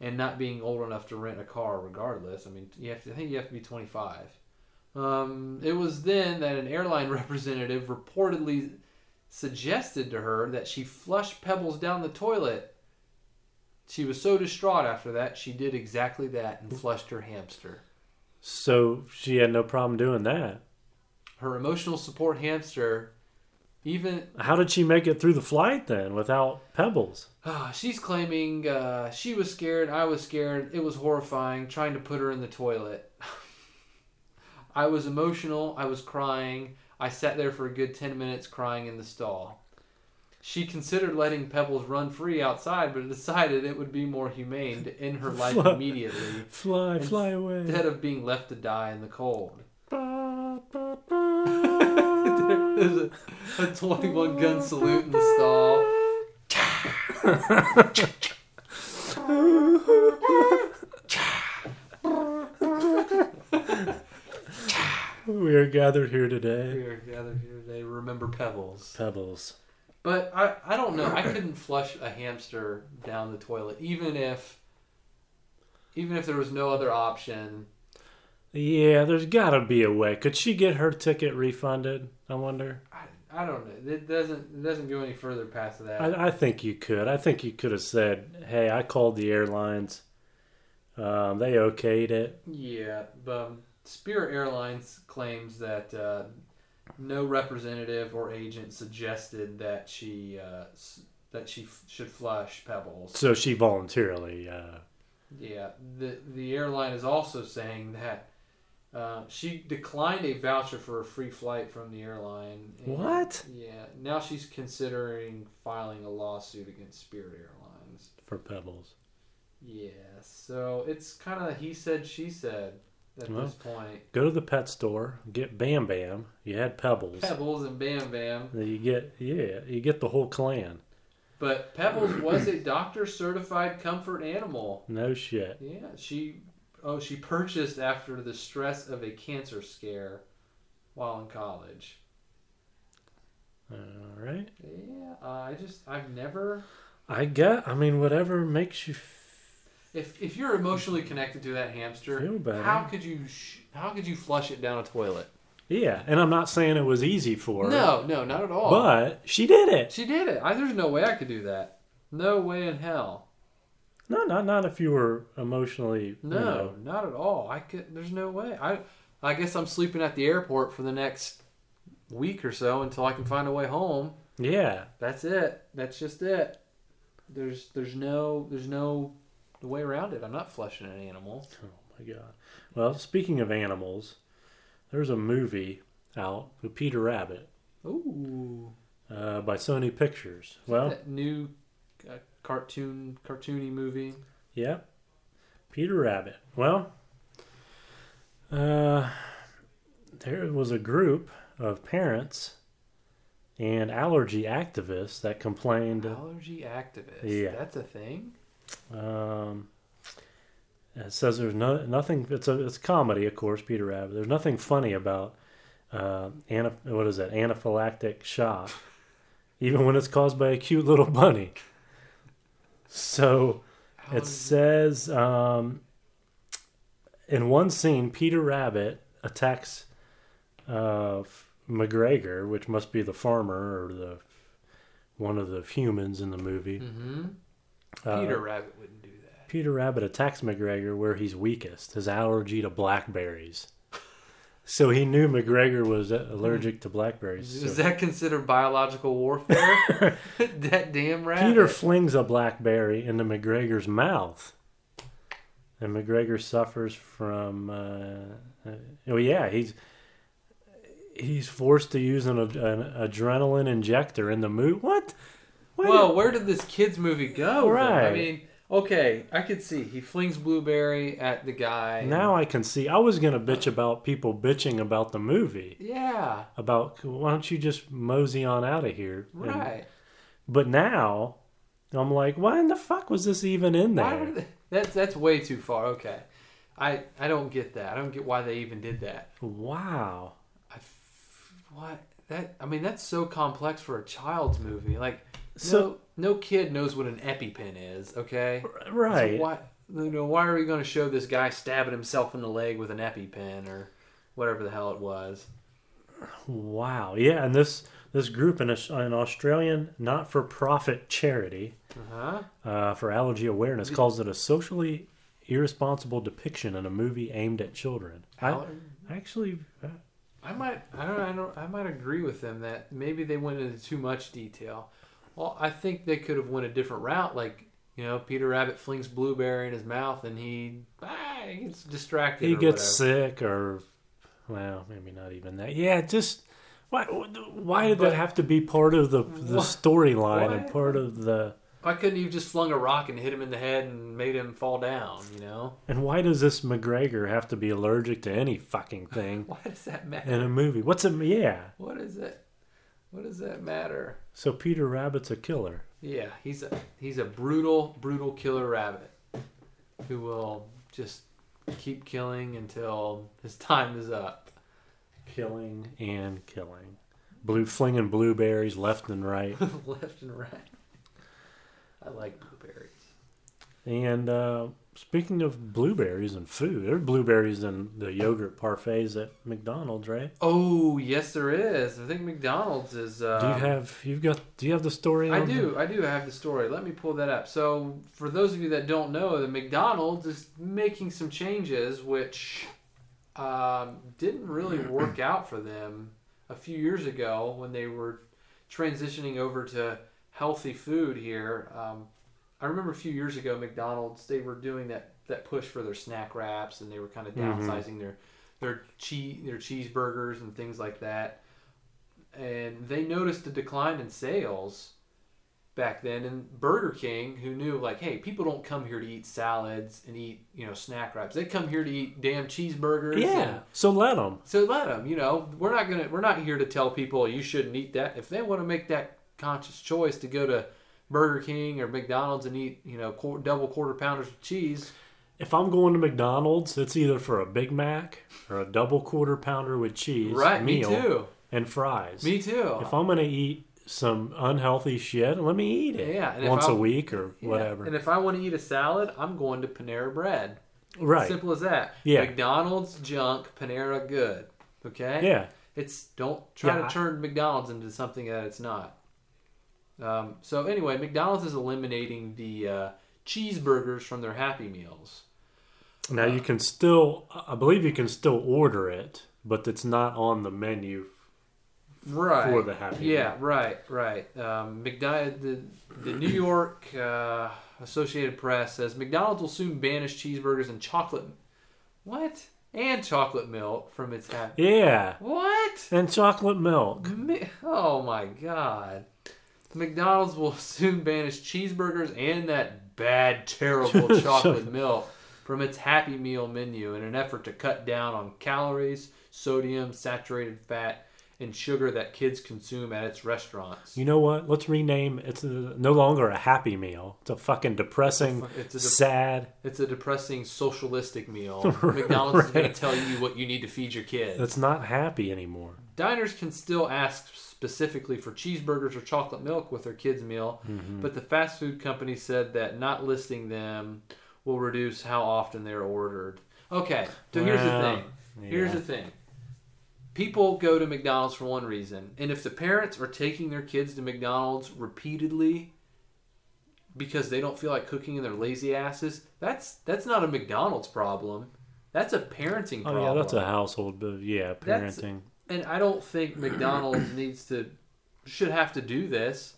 S2: and not being old enough to rent a car. Regardless, I mean, you have to, I think you have to be 25. Um, it was then that an airline <laughs> representative reportedly suggested to her that she flush pebbles down the toilet She was so distraught after that, she did exactly that and flushed her hamster.
S1: So she had no problem doing that.
S2: Her emotional support hamster, even
S1: How did she make it through the flight then without pebbles?
S2: Ah, she's claiming uh, she was scared, I was scared, it was horrifying, trying to put her in the toilet. <laughs> I was emotional, I was crying, I sat there for a good 10 minutes crying in the stall. She considered letting Pebbles run free outside, but decided it would be more humane to end her life
S1: What?
S2: immediately
S1: Fly,
S2: It's
S1: fly away.
S2: instead of being left to die in the cold. <laughs>
S1: Ba, ba,
S2: <laughs> There's
S1: ba.
S2: a, a 21 gun salute in the stall.
S1: <laughs> we are gathered here
S2: We
S1: today.
S2: are gathered here today. to Remember Pebbles.
S1: Pebbles.
S2: But I, I don't know. I couldn't flush a hamster down the toilet, even if, even if there was no other option.
S1: Yeah, there's got to be a way. Could she get her ticket refunded? I wonder.
S2: I, I don't know. It doesn't it doesn't go any further past that.
S1: I, I think you could. I think you could have said, "Hey, I called the airlines. Um, they okayed it."
S2: yeah, but um, Spirit Airlines claims that uh, no representative or agent suggested that she uh, s- that she f- should flush Pebbles.
S1: So she voluntarily. Uh,
S2: Yeah, the the airline is also saying that uh, she declined a voucher for a free flight from the airline. and-
S1: What?
S2: Yeah, now she's considering filing a lawsuit against Spirit Airlines.
S1: for Pebbles.
S2: Yeah, so it's kind of he said she said at
S1: Well.
S2: this point.
S1: Go to the pet store, get Bam Bam. You had Pebbles.
S2: Pebbles and Bam Bam,
S1: Then You get yeah, you get the whole clan.
S2: but Pebbles was a doctor certified comfort animal.
S1: No shit.
S2: Yeah, she oh she purchased after the stress of a cancer scare while in college.
S1: All right.
S2: Yeah, uh, I just I've never.
S1: I get. I mean, whatever makes you
S2: If if you're emotionally connected to that hamster,
S1: feel better.
S2: how could you sh- how could you flush it down a toilet?
S1: Yeah, and I'm not saying it was easy for her.
S2: No, no, not at all.
S1: But she did it.
S2: she did it. I, there's no way I could do that. No way in hell.
S1: No, not not if you were emotionally. you
S2: No,
S1: know.
S2: not at all. I could. There's no way. I I guess I'm sleeping at the airport for the next week or so until I can find a way home.
S1: Yeah.
S2: That's it. That's just it. There's there's no there's no way around it. I'm not flushing an animal.
S1: Oh my god. Well, speaking of animals, there's a movie out with Peter Rabbit
S2: Ooh.
S1: uh, by Sony Pictures. Well,
S2: that new uh, cartoon cartoony movie.
S1: Yeah. Peter Rabbit. Well, uh, there was a group of parents and allergy activists that complained
S2: Allergy activist.
S1: Yeah.
S2: that's a thing.
S1: Um, it says there's no, nothing. It's a it's comedy, of course, Peter Rabbit. There's nothing funny about uh, ana, what is it? Anaphylactic shock, even when it's caused by a cute little bunny. So
S2: Allergy-
S1: it says um, in one scene, Peter Rabbit attacks uh, McGregor, which must be the farmer or the one of the humans in the movie.
S2: Mhm.
S1: Uh,
S2: Peter Rabbit wouldn't do that.
S1: Peter Rabbit attacks McGregor where he's weakest, his allergy to blackberries. <laughs> So he knew McGregor was allergic to blackberries.
S2: Is
S1: so-
S2: that considered
S1: <laughs>
S2: biological warfare? <laughs> that damn rabbit.
S1: Peter flings a blackberry into McGregor's mouth. And McGregor suffers from. Uh, uh, oh, yeah, he's. He's forced to use an, ad- an adrenaline injector in the mood. What? What?
S2: well, where did this kids movie go? then? I
S1: Right.
S2: mean, okay, I could see he flings blueberry at the guy.
S1: now I can see. I was gonna bitch about people bitching about the movie.
S2: Yeah.
S1: about why don't you just mosey on out of here? And-
S2: Right.
S1: but now I'm like, why in the fuck was this even in there?
S2: Why would they, that's that's way too far. Okay. I I don't get that. I don't get why they even did that.
S1: Wow.
S2: I f- what that I mean that's so complex for a child's movie. Like
S1: So-
S2: no, no kid knows what an EpiPen is, okay?
S1: Right.
S2: So why you know, why are we going to show this guy stabbing himself in the leg with an EpiPen or whatever the hell it was?
S1: wow. Yeah, and this This group, an, Aus- an Australian not for profit charity
S2: Uh-huh.
S1: uh, for allergy awareness, calls it a socially irresponsible depiction in a movie aimed at children. I
S2: Aller-
S1: actually, uh,
S2: I might I don't I don't I might agree with them that maybe they went into too much detail. Well, I think they could have went a different route, like you know, Peter Rabbit flings blueberry in his mouth and he, ah, he gets distracted.
S1: he
S2: or
S1: gets
S2: whatever.
S1: sick, or well, maybe not even that. Yeah, just why? Why did
S2: But-
S1: that have to be part of the the
S2: Wha-
S1: storyline and
S2: why-
S1: part of the?
S2: Why couldn't you just flung a rock and hit him in the head and made him fall down? You know, <laughs>
S1: And why does this McGregor have to be allergic to any fucking thing
S2: why does that matter?
S1: in a movie? What's a yeah?
S2: What is it? What does that matter?
S1: So Peter Rabbit's a killer.
S2: Yeah, he's a he's a brutal, brutal killer rabbit who will just keep killing until his time is up. <laughs>
S1: Killing and killing. Blue flinging blueberries left and
S2: <laughs>
S1: right.
S2: Left and right. I like blueberries.
S1: and uh, speaking of blueberries and food, there are blueberries in the yogurt parfaits at McDonald's, right?
S2: Oh yes, there is. I think McDonald's is. Uh,
S1: do you have you've got do you have the story?
S2: I
S1: on
S2: do. I do have the story. Let me pull that up. So, for those of you that don't know, the McDonald's is making some changes, which um, didn't really work out for them a few years ago when they were transitioning over to healthy food here. Um, I remember a few years ago, McDonald's they were doing that that push for their snack wraps, and they were kind of
S1: Mhm.
S2: downsizing their their cheese their cheeseburgers and things like that. And they noticed a decline in sales back then. And Burger King, who knew like, hey, people don't come here to eat salads and eat you know snack wraps. They come here to eat damn cheeseburgers.
S1: Yeah.
S2: and-
S1: So let them.
S2: so let them. You know, we're not gonna we're not here to tell people oh, you shouldn't eat that. If they want to make that conscious choice to go to Burger King or McDonald's and eat you know quar double quarter pounders with cheese,
S1: If I'm going to McDonald's, it's either for a Big Mac or a double quarter pounder with cheese
S2: right?
S1: meal
S2: Me too.
S1: and fries.
S2: Me too.
S1: if I'm gonna eat some unhealthy shit, let me eat it.
S2: Yeah, and if
S1: once a
S2: I'm-
S1: week or
S2: Yeah.
S1: whatever.
S2: And if I want to eat a salad, I'm going to Panera Bread.
S1: right.
S2: Simple as that.
S1: Yeah.
S2: McDonald's junk, Panera good. Okay.
S1: Yeah.
S2: It's don't try
S1: Yeah, I-
S2: to turn McDonald's into something that it's not. Um, so anyway, McDonald's is eliminating the uh, cheeseburgers from their Happy Meals.
S1: Now you can still, I believe you can still order it, but it's not on the menu.
S2: Right.
S1: For the Happy
S2: Yeah. Right. Right. Um, McDonald, the, the New York uh, Associated Press says McDonald's will soon banish cheeseburgers and chocolate. What? And chocolate milk from its Happy.
S1: Yeah,
S2: What?
S1: and chocolate milk.
S2: Mi- Oh my god. McDonald's will <laughs> soon banish cheeseburgers and that bad, terrible chocolate milk from its Happy Meal menu in an effort to cut down on calories, sodium, saturated fat, and sugar that kids consume at its restaurants.
S1: You know what? Let's rename. It's uh no longer a Happy Meal. It's a fucking depressing,
S2: It's a, de-
S1: sad.
S2: it's a depressing socialistic meal. McDonald's is going to tell you what you need to feed your kids.
S1: That's not happy anymore.
S2: Diners can still ask specifically for cheeseburgers or chocolate milk with their kids' meal,
S1: Mm-hmm.
S2: but the fast food company said that not listing them will reduce how often they're ordered. Okay, so here's the
S1: Well,
S2: thing. Here's
S1: yeah.
S2: the thing. People go to McDonald's for one reason, and if the parents are taking their kids to McDonald's repeatedly because they don't feel like cooking and they're lazy asses, that's that's not a McDonald's problem. That's a parenting
S1: Oh
S2: problem.
S1: yeah, that's a household. But yeah,
S2: That's-
S1: parenting.
S2: And I don't think McDonald's needs to should have to do this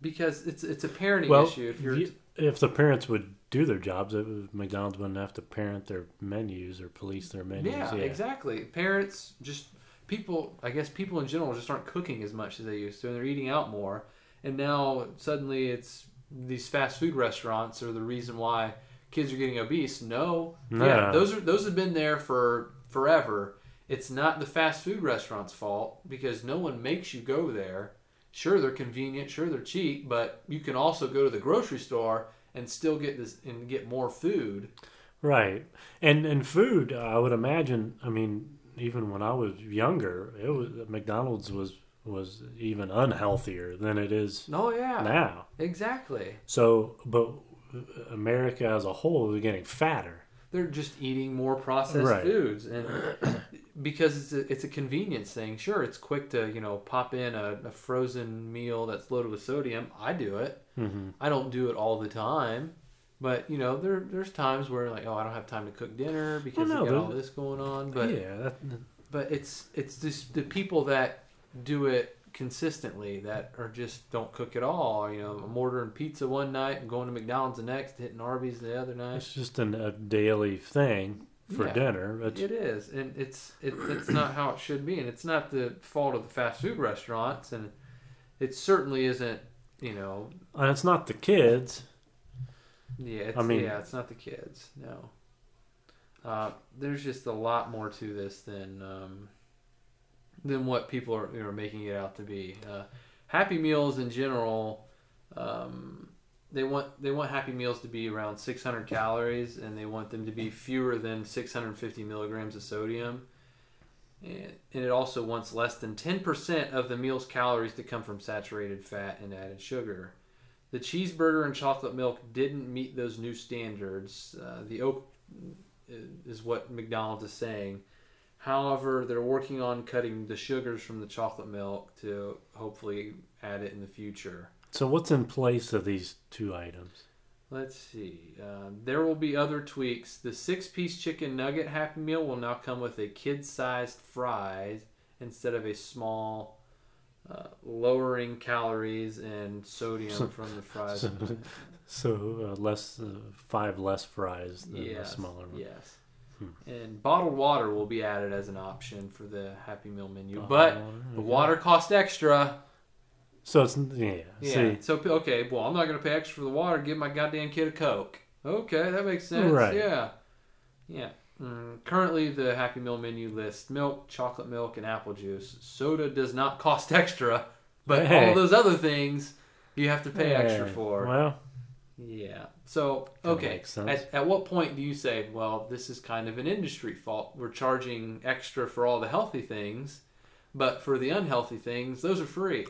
S2: because it's it's a parenting
S1: well,
S2: issue. If you're
S1: you- if the parents would do their jobs, it would, McDonald's wouldn't have to parent their menus or police their menus.
S2: yeah, exactly. Parents just people, I guess people in general just aren't cooking as much as they used to, and they're eating out more. And now suddenly it's these fast food restaurants are the reason why kids are getting obese. No, yeah,
S1: No.
S2: those are those have been there for forever. It's not the fast food restaurant's fault because no one makes you go there. Sure, they're convenient. Sure, they're cheap, but you can also go to the grocery store and still get this and get more food.
S1: Right. And and food, I would imagine. I mean, even when I was younger, it was McDonald's was was even unhealthier than it is
S2: Oh yeah,
S1: now.
S2: exactly.
S1: So, but America as a whole is getting fatter.
S2: they're just eating more processed
S1: Right.
S2: foods and <clears throat> because it's a, it's a convenience thing. Sure, it's quick to you know pop in a, a frozen meal that's loaded with sodium. I do it.
S1: Mm-hmm.
S2: I don't do it all the time, but you know there there's times where like oh I don't have time to cook dinner because
S1: Well,
S2: I
S1: no,
S2: got all
S1: there's-
S2: this going on. But
S1: yeah, that,
S2: but it's it's just the people that do it consistently that are just don't cook at all. You know, I'm ordering pizza one night and going to McDonald's the next, hitting Arby's the other night.
S1: it's just an, a daily thing for
S2: Yeah.
S1: dinner. It's,
S2: It is, and it's it, it's not how it should be, and it's not the fault of the fast food restaurants, and it certainly isn't. You know,
S1: and it's not the kids.
S2: yeah, it's,
S1: I mean-
S2: yeah, it's not the kids. No, uh, there's just a lot more to this than um, than what people are, are making it out to be. Uh, Happy Meals in general, um, they want they want Happy Meals to be around 600 calories, and they want them to be fewer than 650 milligrams of sodium. And and it also wants less than 10% of the meal's calories to come from saturated fat and added sugar. The cheeseburger and chocolate milk didn't meet those new standards. Uh, the oak is what McDonald's is saying. However, they're working on cutting the sugars from the chocolate milk to hopefully add it in the future.
S1: So what's in place of these two items?
S2: Let's see. Uh, there will be other tweaks. The six piece chicken nugget Happy Meal will now come with a kid sized fries instead of a small, uh, lowering calories and sodium from the fries.
S1: So uh, less uh, five less fries than the
S2: Yes,
S1: smaller one.
S2: Yes.
S1: Hmm.
S2: And bottled water will be added as an option for the Happy Meal menu,
S1: Oh,
S2: but the water cost extra.
S1: So it's yeah.
S2: Yeah.
S1: See,
S2: So okay, well, I'm not gonna pay extra for the water. Give my goddamn kid a Coke. Okay, that makes sense.
S1: Right.
S2: Yeah. Yeah. Mm, currently, the Happy Meal menu lists milk, chocolate milk, and apple juice. Soda does not cost <laughs> extra, but
S1: Hey.
S2: all those other things you have to pay extra
S1: yeah.
S2: for.
S1: Well, <laughs>
S2: Yeah. So
S1: Kinda
S2: okay.
S1: makes sense.
S2: At, at what point do you say, well, this is kind of an industry fault? We're charging extra for all the healthy things, but for the unhealthy things, those are free.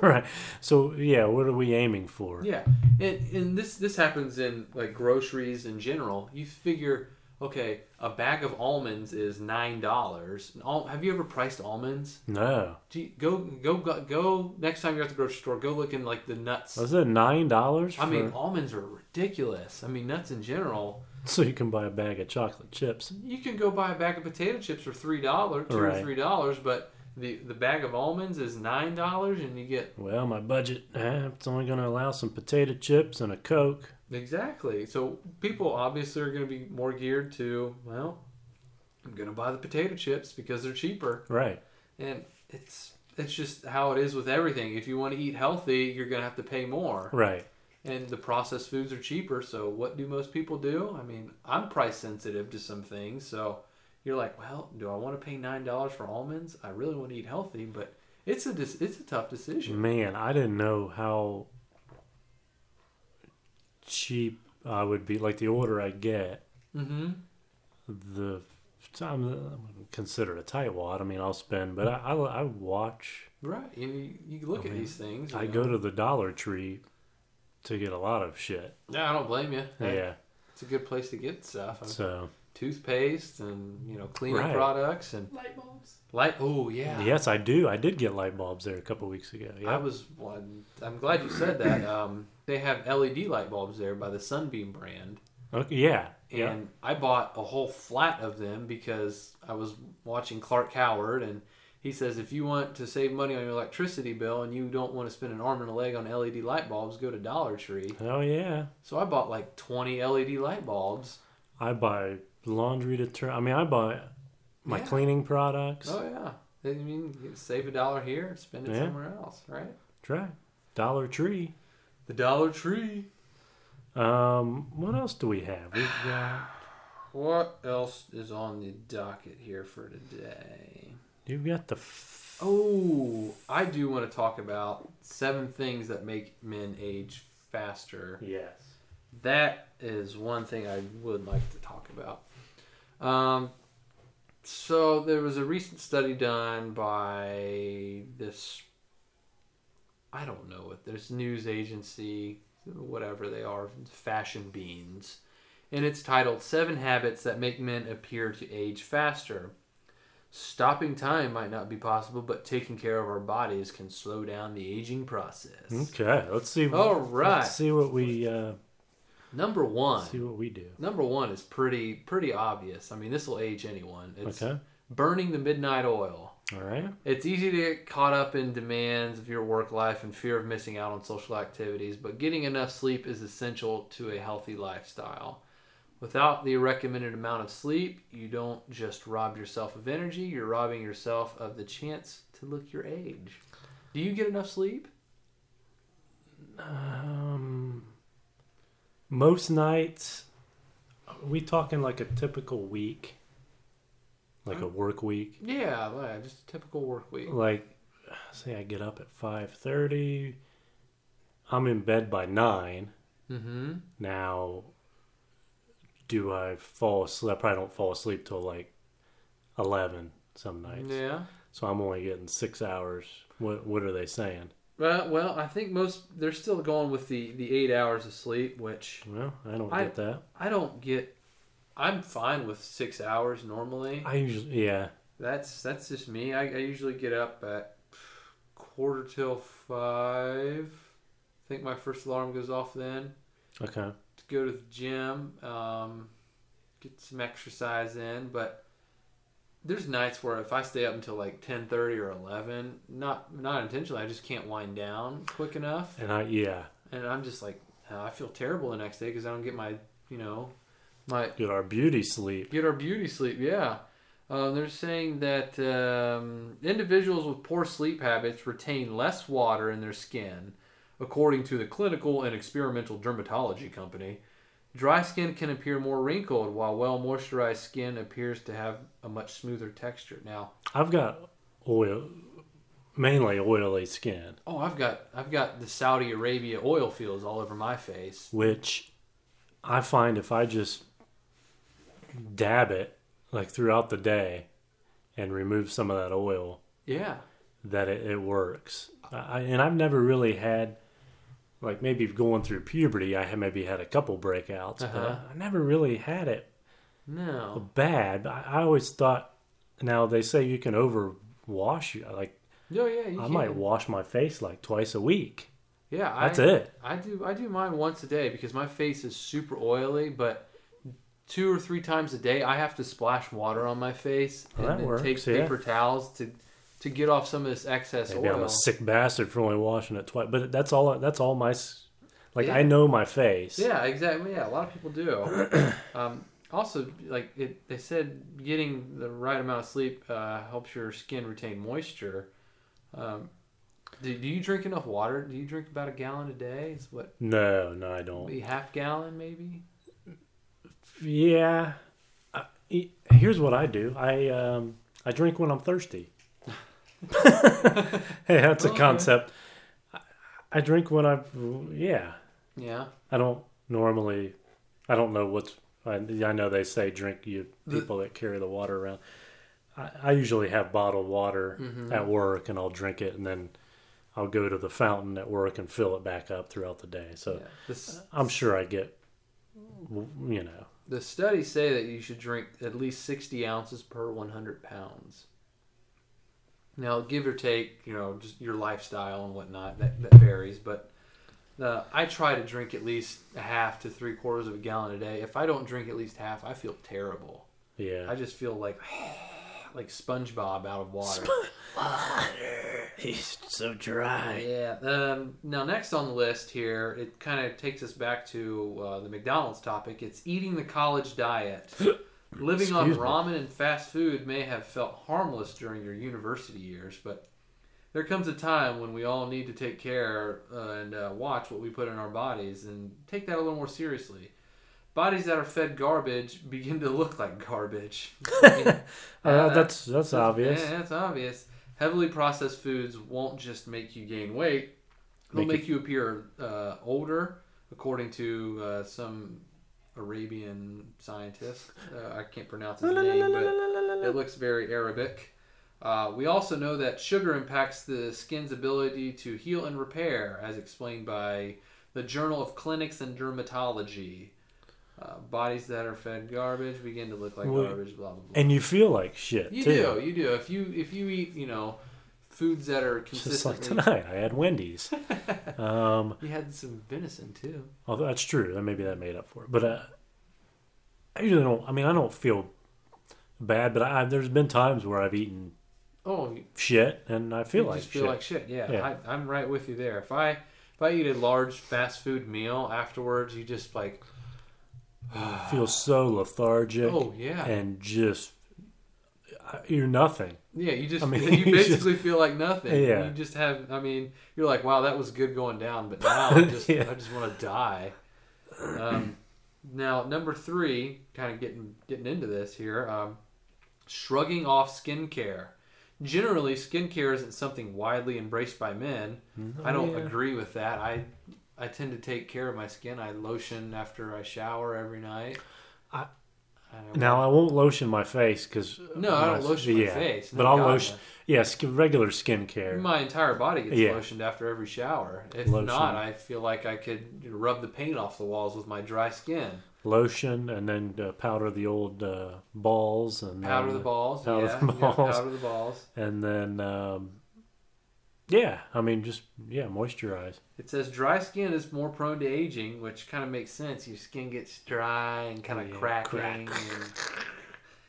S1: right. So yeah, what are we aiming for?
S2: yeah. And and this this happens in like groceries in general. You figure, okay, a bag of almonds is nine dollars. Have you ever priced almonds?
S1: No,
S2: Do you, go, go go go next time you're at the grocery store. Go look in like the nuts.
S1: was it nine dollars?
S2: I mean, almonds are ridiculous. I mean, nuts in general.
S1: so you can buy a bag of chocolate chips.
S2: You can go buy a bag of potato chips for three dollars, two
S1: Right.
S2: or three dollars, but the the bag of almonds is nine dollars, and you get
S1: Well, my budget, eh, it's only going to allow some potato chips and a Coke.
S2: exactly. So people obviously are going to be more geared to well, I'm going to buy the potato chips because they're cheaper,
S1: Right.
S2: and it's it's just how it is with everything. If you want to eat healthy, you're going to have to pay more,
S1: Right.
S2: and the processed foods are cheaper. So what do most people do? I mean, I'm price sensitive to some things, so you're like, well, do I want to pay nine dollars for almonds? I really want to eat healthy, but it's a dis- it's a tough decision.
S1: Man, I didn't know how cheap I would be. Like the order I get,
S2: Mm-hmm.
S1: the I'm, I'm considered a tightwad. I mean, I'll spend, but I I, I watch.
S2: Right. And you, you look
S1: I
S2: at
S1: mean,
S2: these things. you
S1: Oh, I
S2: know.
S1: go to the Dollar Tree to get a lot of shit.
S2: Yeah, I don't blame you.
S1: Yeah.
S2: It's a good place to get stuff. I mean,
S1: So
S2: toothpaste and you know cleaning
S1: Right.
S2: products and
S3: Light bulbs.
S2: light. Oh yeah.
S1: yes, I do. I did get light bulbs there a couple weeks ago.
S2: I
S1: Yeah.
S2: was. Well, I'm glad you said that. Um, they have LED light bulbs there by the Sunbeam brand.
S1: Okay. Yeah.
S2: and
S1: Yeah.
S2: I bought a whole flat of them because I was watching Clark Howard, and he says if you want to save money on your electricity bill and you don't want to spend an arm and a leg on LED light bulbs, go to Dollar Tree.
S1: Oh yeah.
S2: So I bought like 20 LED light bulbs.
S1: I buy laundry detergent. I mean, I buy my
S2: Yeah.
S1: cleaning products.
S2: Oh yeah, I mean you save a dollar here, and spend it
S1: Yeah.
S2: somewhere else, right?
S1: Try Dollar Tree.
S2: The Dollar Tree.
S1: Um, what else do we have? We've got
S2: What else is on the docket here for today?
S1: you've got the f-
S2: Oh, I do want to talk about seven things that make men age faster.
S1: yes.
S2: That is one thing I would like to talk about. Um, so there was a recent study done by this. I don't know what this news agency, whatever they are, Fashion Beans, and it's titled Seven Habits That Make Men Appear to Age Faster. Stopping time might not be possible, but taking care of our bodies can slow down the aging process.
S1: Okay, let's see.
S2: All right.
S1: Let's see what we uh,
S2: Number one.
S1: see what we do.
S2: Number one is pretty pretty obvious. I mean, this will age anyone. It's
S1: Okay.
S2: burning the midnight oil.
S1: All right.
S2: It's easy to get caught up in demands of your work life and fear of missing out on social activities, but getting enough sleep is essential to a healthy lifestyle. Without the recommended amount of sleep, you don't just rob yourself of energy, you're robbing yourself of the chance to look your age. Do you get enough sleep?
S1: Um, most nights, are we talking like a typical week, like a work week.
S2: Yeah, like, just a typical work week.
S1: Like, say I get up at five thirty. I'm in bed by nine.
S2: Mm-hmm.
S1: Now, do I fall asleep? I probably don't fall asleep till like eleven some nights.
S2: Yeah.
S1: So I'm only getting six hours. What What are they saying?
S2: Well, well, I think most they're still going with the the eight hours of sleep, which
S1: Well, I don't
S2: I-
S1: get that.
S2: I don't get. I'm fine with six hours normally.
S1: I usually, yeah,
S2: That's that's just me. I, I usually get up at quarter till five. I think my first alarm goes off then.
S1: okay,
S2: To go to the gym, um, get some exercise in. But there's nights where if I stay up until like ten thirty or eleven, not not intentionally, I just can't wind down quick enough.
S1: and I, yeah,
S2: and I'm just like, "Oh, I feel terrible the next day because I don't get my, you know, my
S1: get our beauty sleep.
S2: get our beauty sleep. Yeah, um, they're saying that um, individuals with poor sleep habits retain less water in their skin, according to the clinical and experimental dermatology company. Dry skin can appear more wrinkled, while well moisturized skin appears to have a much smoother texture. Now,
S1: I've got oil, mainly oily skin,
S2: oh, I've got I've got the Saudi Arabia oil fields all over my face.
S1: which I find if I just dab it like throughout the day and remove some of that oil,
S2: Yeah,
S1: that it, it works. I, and I've never really had, like maybe going through puberty, I had maybe had a couple breakouts,
S2: Uh-huh.
S1: but I never really had it Oh.
S2: no,
S1: bad. I, I always thought. Now they say you can overwash. you- Like
S2: no, yeah, you
S1: I
S2: can.
S1: might wash my face like twice a week.
S2: Yeah, I-
S1: That's it.
S2: I do I do mine once a day because my face is super oily, but two or three times a day I have to splash water on my face
S1: Well, Oh, that
S2: and then
S1: works,
S2: take
S1: yeah.
S2: paper towels to to get off some of this excess
S1: Maybe I'm
S2: oil.
S1: a sick bastard for only washing it twice. But that's all. That's all my. s- Like
S2: Yeah.
S1: I know my face.
S2: Yeah, exactly. Yeah, a lot of people do.
S1: <clears throat>
S2: um, also, like it, they said, getting the right amount of sleep uh, helps your skin retain moisture. Um, do, do you drink enough water? Do you drink about a gallon a day? Is what
S1: No, no, I don't.
S2: maybe half gallon maybe?
S1: Yeah. I, e- here's what I do. I um I drink when I'm thirsty. <laughs> hey, that's a
S2: Okay.
S1: concept. I, I drink when I. Yeah.
S2: Yeah.
S1: I don't normally. I don't know what's. I, I know they say drink you
S2: The-
S1: people that carry the water around. I, I usually have bottled water
S2: Mhm.
S1: at work, and I'll drink it, and then I'll go to the fountain at work and fill it back up throughout the day. So
S2: yeah. This-
S1: I'm sure I get. w- You know,
S2: The studies say that you should drink at least 60 ounces per 100 pounds. Now, give or take, you know, just your lifestyle and whatnot, that, that varies. But uh, I try to drink at least a half to three quarters of a gallon a day. If I don't drink at least half, I feel terrible. I
S1: yeah.
S2: just feel like <sighs> like SpongeBob out of water.
S1: He's so dry.
S2: Yeah. Um, now, next on the list here, it kind of takes us back to uh, the McDonald's topic. It's eating the college diet. Living on
S1: Excuse me.
S2: ramen and fast food may have felt harmless during your university years, but there comes a time when we all need to take care uh, and uh, watch what we put in our bodies and take that a little more seriously. Bodies that are fed garbage begin to look like garbage.
S1: Uh, that's that's obvious.
S2: Yeah, that's obvious. Heavily processed foods won't just make you gain weight; they'll
S1: Make
S2: make, you appear uh, older, according to uh, some Arabian scientist. Uh, I can't pronounce his name, but it looks very Arabic. Uh, we also know that sugar impacts the skin's ability to heal and repair, as explained by the Journal of Clinics and Dermatology. Uh, bodies that are fed garbage begin to look like
S1: Well,
S2: garbage. Blah blah blah.
S1: And you feel like shit
S2: You
S1: too.
S2: do, you do. If you if you eat, you know, foods that are
S1: Just like
S2: consistently.
S1: tonight, I had
S2: <laughs>
S1: Wendy's. um,
S2: you had some venison too.
S1: although that's true, then maybe that made up for it. But uh, I usually don't. I mean, I don't feel bad, but I, there's been times where I've eaten
S2: Oh,
S1: shit and I feel
S2: you
S1: like
S2: just
S1: shit.
S2: feel like shit. Yeah,
S1: Yeah.
S2: I, I'm right with you there. If I if I eat a large fast food meal afterwards, you just like, <sighs>
S1: feel so lethargic
S2: oh yeah,
S1: and just I- you're nothing.
S2: yeah. You just
S1: I mean,
S2: <laughs>
S1: <laughs>
S2: you
S1: you just-
S2: basically feel like nothing.
S1: Yeah.
S2: You just have. I mean, you're like, wow, that was good going down, but
S1: <laughs>
S2: now I just
S1: Yeah.
S2: I just want to die. Um, now number three, kind of getting getting into this here. Um, shrugging off skincare. Generally, skincare isn't something widely embraced by men. I don't
S1: Yeah.
S2: agree with that. I I tend to take care of my skin. I lotion after I shower every night.
S1: I-
S2: don't
S1: Now I won't lotion my face because
S2: no, I don't lotion my face.
S1: but
S2: No,
S1: I'll
S2: God,
S1: lotion. Yeah, sk- regular
S2: no.
S1: skincare.
S2: My entire body gets
S1: Yeah.
S2: lotioned after every shower. If
S1: Lotion.
S2: not, I feel like I could rub the paint off the walls with my dry skin.
S1: lotion and then uh, powder the old uh, balls and
S2: Powder
S1: then,
S2: the balls.
S1: Mm. powder
S2: yeah,
S1: the
S2: yeah,
S1: balls.
S2: powder the balls.
S1: and then um, yeah, I mean just yeah, moisturize.
S2: It says dry skin is more prone to aging, which kind of makes sense. Your skin gets dry and kind of
S1: Yeah,
S2: cracking.
S1: crack.
S2: And, <laughs>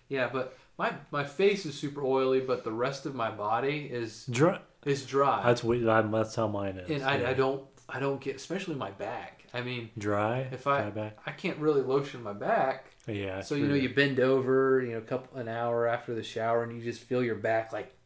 S2: yeah, but my my face is super oily, but the rest of my body is
S1: Dry.
S2: is dry,
S1: That's what I'm- that's how mine is.
S2: and I,
S1: yeah.
S2: I don't I don't get especially my back. I mean,
S1: dry.
S2: If I-
S1: dry back.
S2: I can't really lotion my back,
S1: yeah.
S2: so you know
S1: true.
S2: you bend over, you know, a couple an hour after the shower, and you just feel your back like.
S1: <laughs>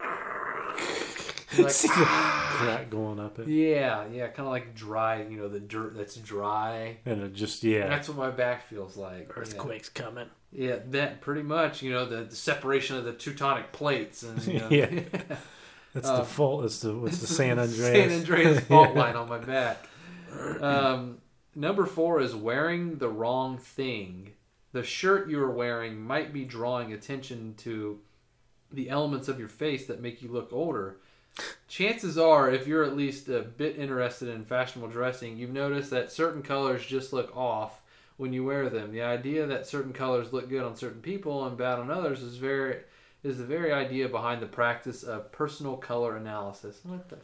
S2: You're <laughs> like,
S1: See the crack going up it,
S2: yeah, yeah, kind of like dry, you know, the dirt that's dry.
S1: and it just yeah,
S2: That's what my back feels like. yeah.
S1: earthquakes coming.
S2: Yeah, that pretty much, you know, the, the separation of the tectonic plates. And,
S1: <laughs>
S2: you know, <laughs>
S1: Yeah. That's
S2: Uh,
S1: the fault. It's the
S2: <laughs>
S1: it's the San Andreas.
S2: San
S1: <laughs>
S2: Andreas fault line on my back. Um, number four is wearing the wrong thing. The shirt you are wearing might be drawing attention to the elements of your face that make you look older. Chances are, if you're at least a bit interested in fashionable dressing, you've noticed that certain colors just look off when you wear them. The idea that certain colors look good on certain people and bad on others is very is the very idea behind the practice of personal color analysis. What the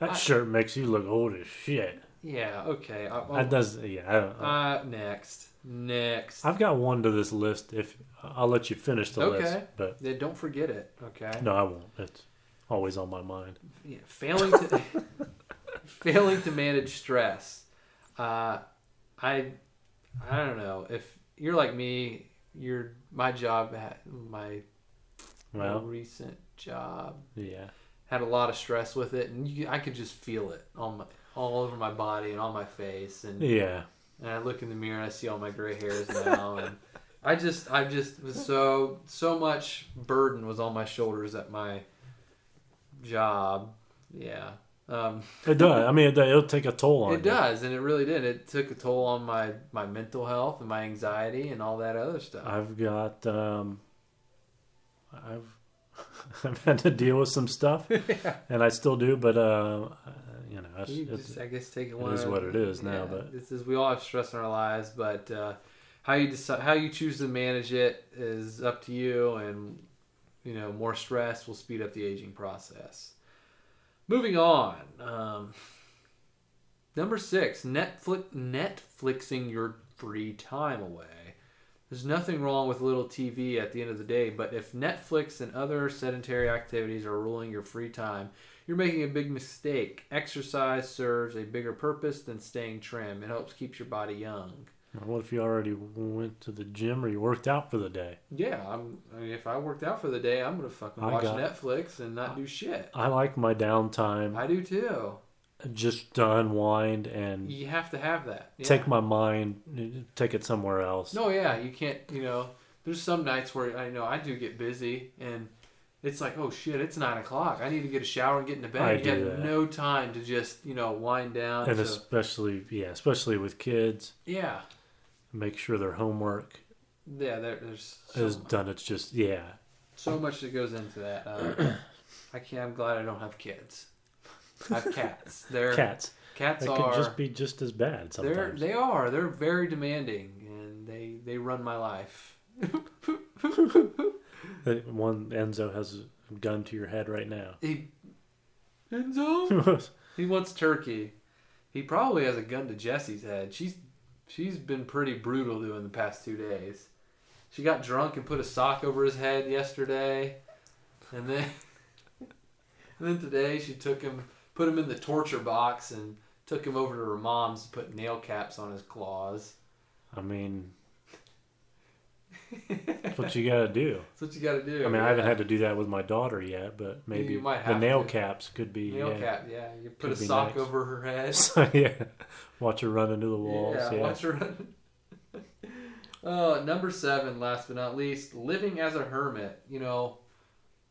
S1: That
S2: I-
S1: shirt makes you look old as shit.
S2: Yeah, okay. I,
S1: That does. Yeah. I don't,
S2: uh, next. Next.
S1: I've got one to this list. If I'll let you finish the
S2: Okay.
S1: list, but
S2: Yeah, don't forget it, okay?
S1: no, I won't. It's always on my mind.
S2: Yeah, failing to <laughs> failing to manage stress. Uh, I I don't know. If you're like me, your my job at my
S1: Well,
S2: recent job
S1: yeah,
S2: had a lot of stress with it and you, I could just feel it on my all over my body and on my face and
S1: yeah.
S2: and I look in the mirror and I see all my gray hairs now and I just I just was so so much burden was on my shoulders at my job. Yeah. Um,
S1: It does. I mean, it, it'll take a toll on
S2: it
S1: you.
S2: does, and it really did. It took a toll on my my mental health and my anxiety and all that other stuff.
S1: I've got. Um, I've <laughs> I've had to deal with some
S2: <laughs>
S1: stuff, and I still do. But uh, you know, it's,
S2: You
S1: it's,
S2: just, I guess take it.
S1: it
S2: One
S1: is
S2: at a-
S1: what it is now, but-
S2: this is we all have stress in our lives, but uh, how you decide how you choose to manage it is up to you, and you know more stress will speed up the aging process. Moving on, um, number six: Netflix Netflixing your free time away. There's nothing wrong with a little TV at the end of the day, but if Netflix and other sedentary activities are ruling your free time, you're making a big mistake. Exercise serves a bigger purpose than staying trim. It helps keep your body young.
S1: what if you already went to the gym or you worked out for the day?
S2: Yeah, I'm, I mean, if I worked out for the day, I'm gonna fucking
S1: I
S2: watch
S1: got-
S2: Netflix and not do shit.
S1: I like my downtime
S2: I do too.
S1: just to unwind and
S2: You have to have that. Yeah.
S1: take my mind, take it somewhere else.
S2: No, yeah, you can't. You know, there's some nights where I know I do get busy, and it's like, oh shit, it's nine o'clock. I need to get a shower and get into bed.
S1: I
S2: you
S1: do
S2: have
S1: that.
S2: no time to just you know wind down.
S1: and
S2: so-
S1: especially yeah, especially with kids,
S2: yeah,
S1: make sure their homework
S2: yeah. There, there's so,
S1: is done. It's just yeah,
S2: so much that goes into that. Uh,
S1: <clears throat>
S2: I can't. I'm glad I don't have kids. I have cats.
S1: <laughs>
S2: They're
S1: cats
S2: cats
S1: that
S2: are
S1: could just be just as bad
S2: they're
S1: sometimes.
S2: they are they're very demanding, and They they run my life.
S1: Hey, One Enzo has a gun to your head right now. <laughs>
S2: He Enzo. He wants turkey. He probably has a gun to Jesse's head. She's she's been pretty brutal to him the past two days. She got drunk and put a sock over his head yesterday, and then <laughs> and then today she took him, put him in the torture box, and took him over to her mom's to put nail caps on his claws.
S1: I mean, that's what you gotta do.
S2: That's what you got to do.
S1: I mean, I haven't had to do that with my daughter yet, but maybe
S2: You might
S1: the
S2: have
S1: nail
S2: to.
S1: caps could be.
S2: nail
S1: yeah.
S2: cap. Yeah, you put
S1: Could
S2: a
S1: be
S2: sock
S1: nice.
S2: over her
S1: <laughs>
S2: head.
S1: So, yeah, watch her run into the walls. Yeah,
S2: Yeah, watch her run. <laughs> uh, number seven, last but not least, living as a hermit. You know,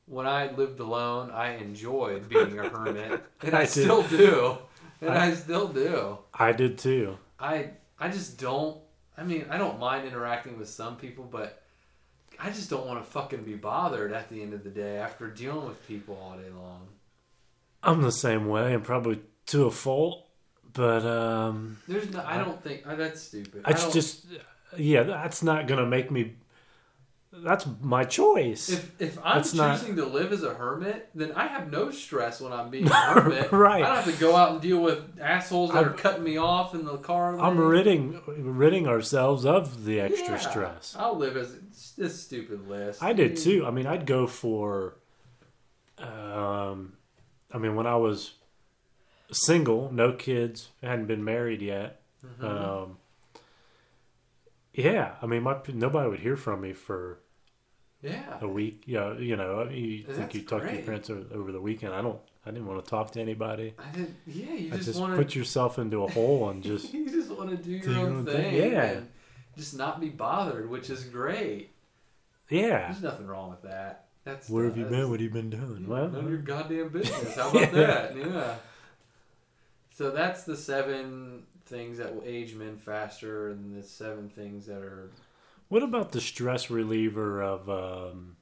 S2: when I lived alone, I enjoyed being a hermit, and I,
S1: I did.
S2: still do, and
S1: I-
S2: I, still do.
S1: I did too.
S2: I I just don't. I mean, I don't mind interacting with some people, but I just don't want to fucking be bothered at the end of the day after dealing with people all day long.
S1: I'm the same way, and probably to a fault. But um,
S2: There's no. I don't think uh, that's stupid. I
S1: it's
S2: don't-
S1: just, yeah, that's not gonna make me. That's my choice.
S2: If, if I'm
S1: That's not-
S2: choosing to live as a hermit, then I have no stress when I'm being a
S1: <laughs>
S2: hermit.
S1: Right.
S2: I don't have to go out and deal with assholes that
S1: I'm-
S2: are cutting me off in the car.
S1: I'm
S2: lane.
S1: ridding ridding ourselves of the extra
S2: Yeah.
S1: stress.
S2: I'll live as it's this stupid list.
S1: I did
S2: mean,
S1: too. I mean, I'd go for. Um, I mean, when I was single, no kids, hadn't been married yet.
S2: Mm-hmm.
S1: Um, yeah, I mean, my nobody would hear from me for
S2: Yeah.
S1: a week. Yeah, you know, you think
S2: That's
S1: you talk to your
S2: great.
S1: parents over, over the weekend. I don't. I didn't want to talk to anybody.
S2: I did. Yeah. You
S1: I
S2: just,
S1: just
S2: want
S1: put yourself into a hole and
S2: to.
S1: just
S2: <laughs> You just want to do
S1: do
S2: your own thing.
S1: yeah.
S2: And just not be bothered, which is great.
S1: yeah.
S2: <laughs> There's nothing wrong with that. That's
S1: Where have you
S2: that's-
S1: been? What have you been doing? Well,
S2: None of your goddamn
S1: <laughs>
S2: business. How about
S1: Yeah.
S2: that? Yeah. So that's the seven things that will age men faster, and the seven things that are.
S1: What about the stress reliever of um,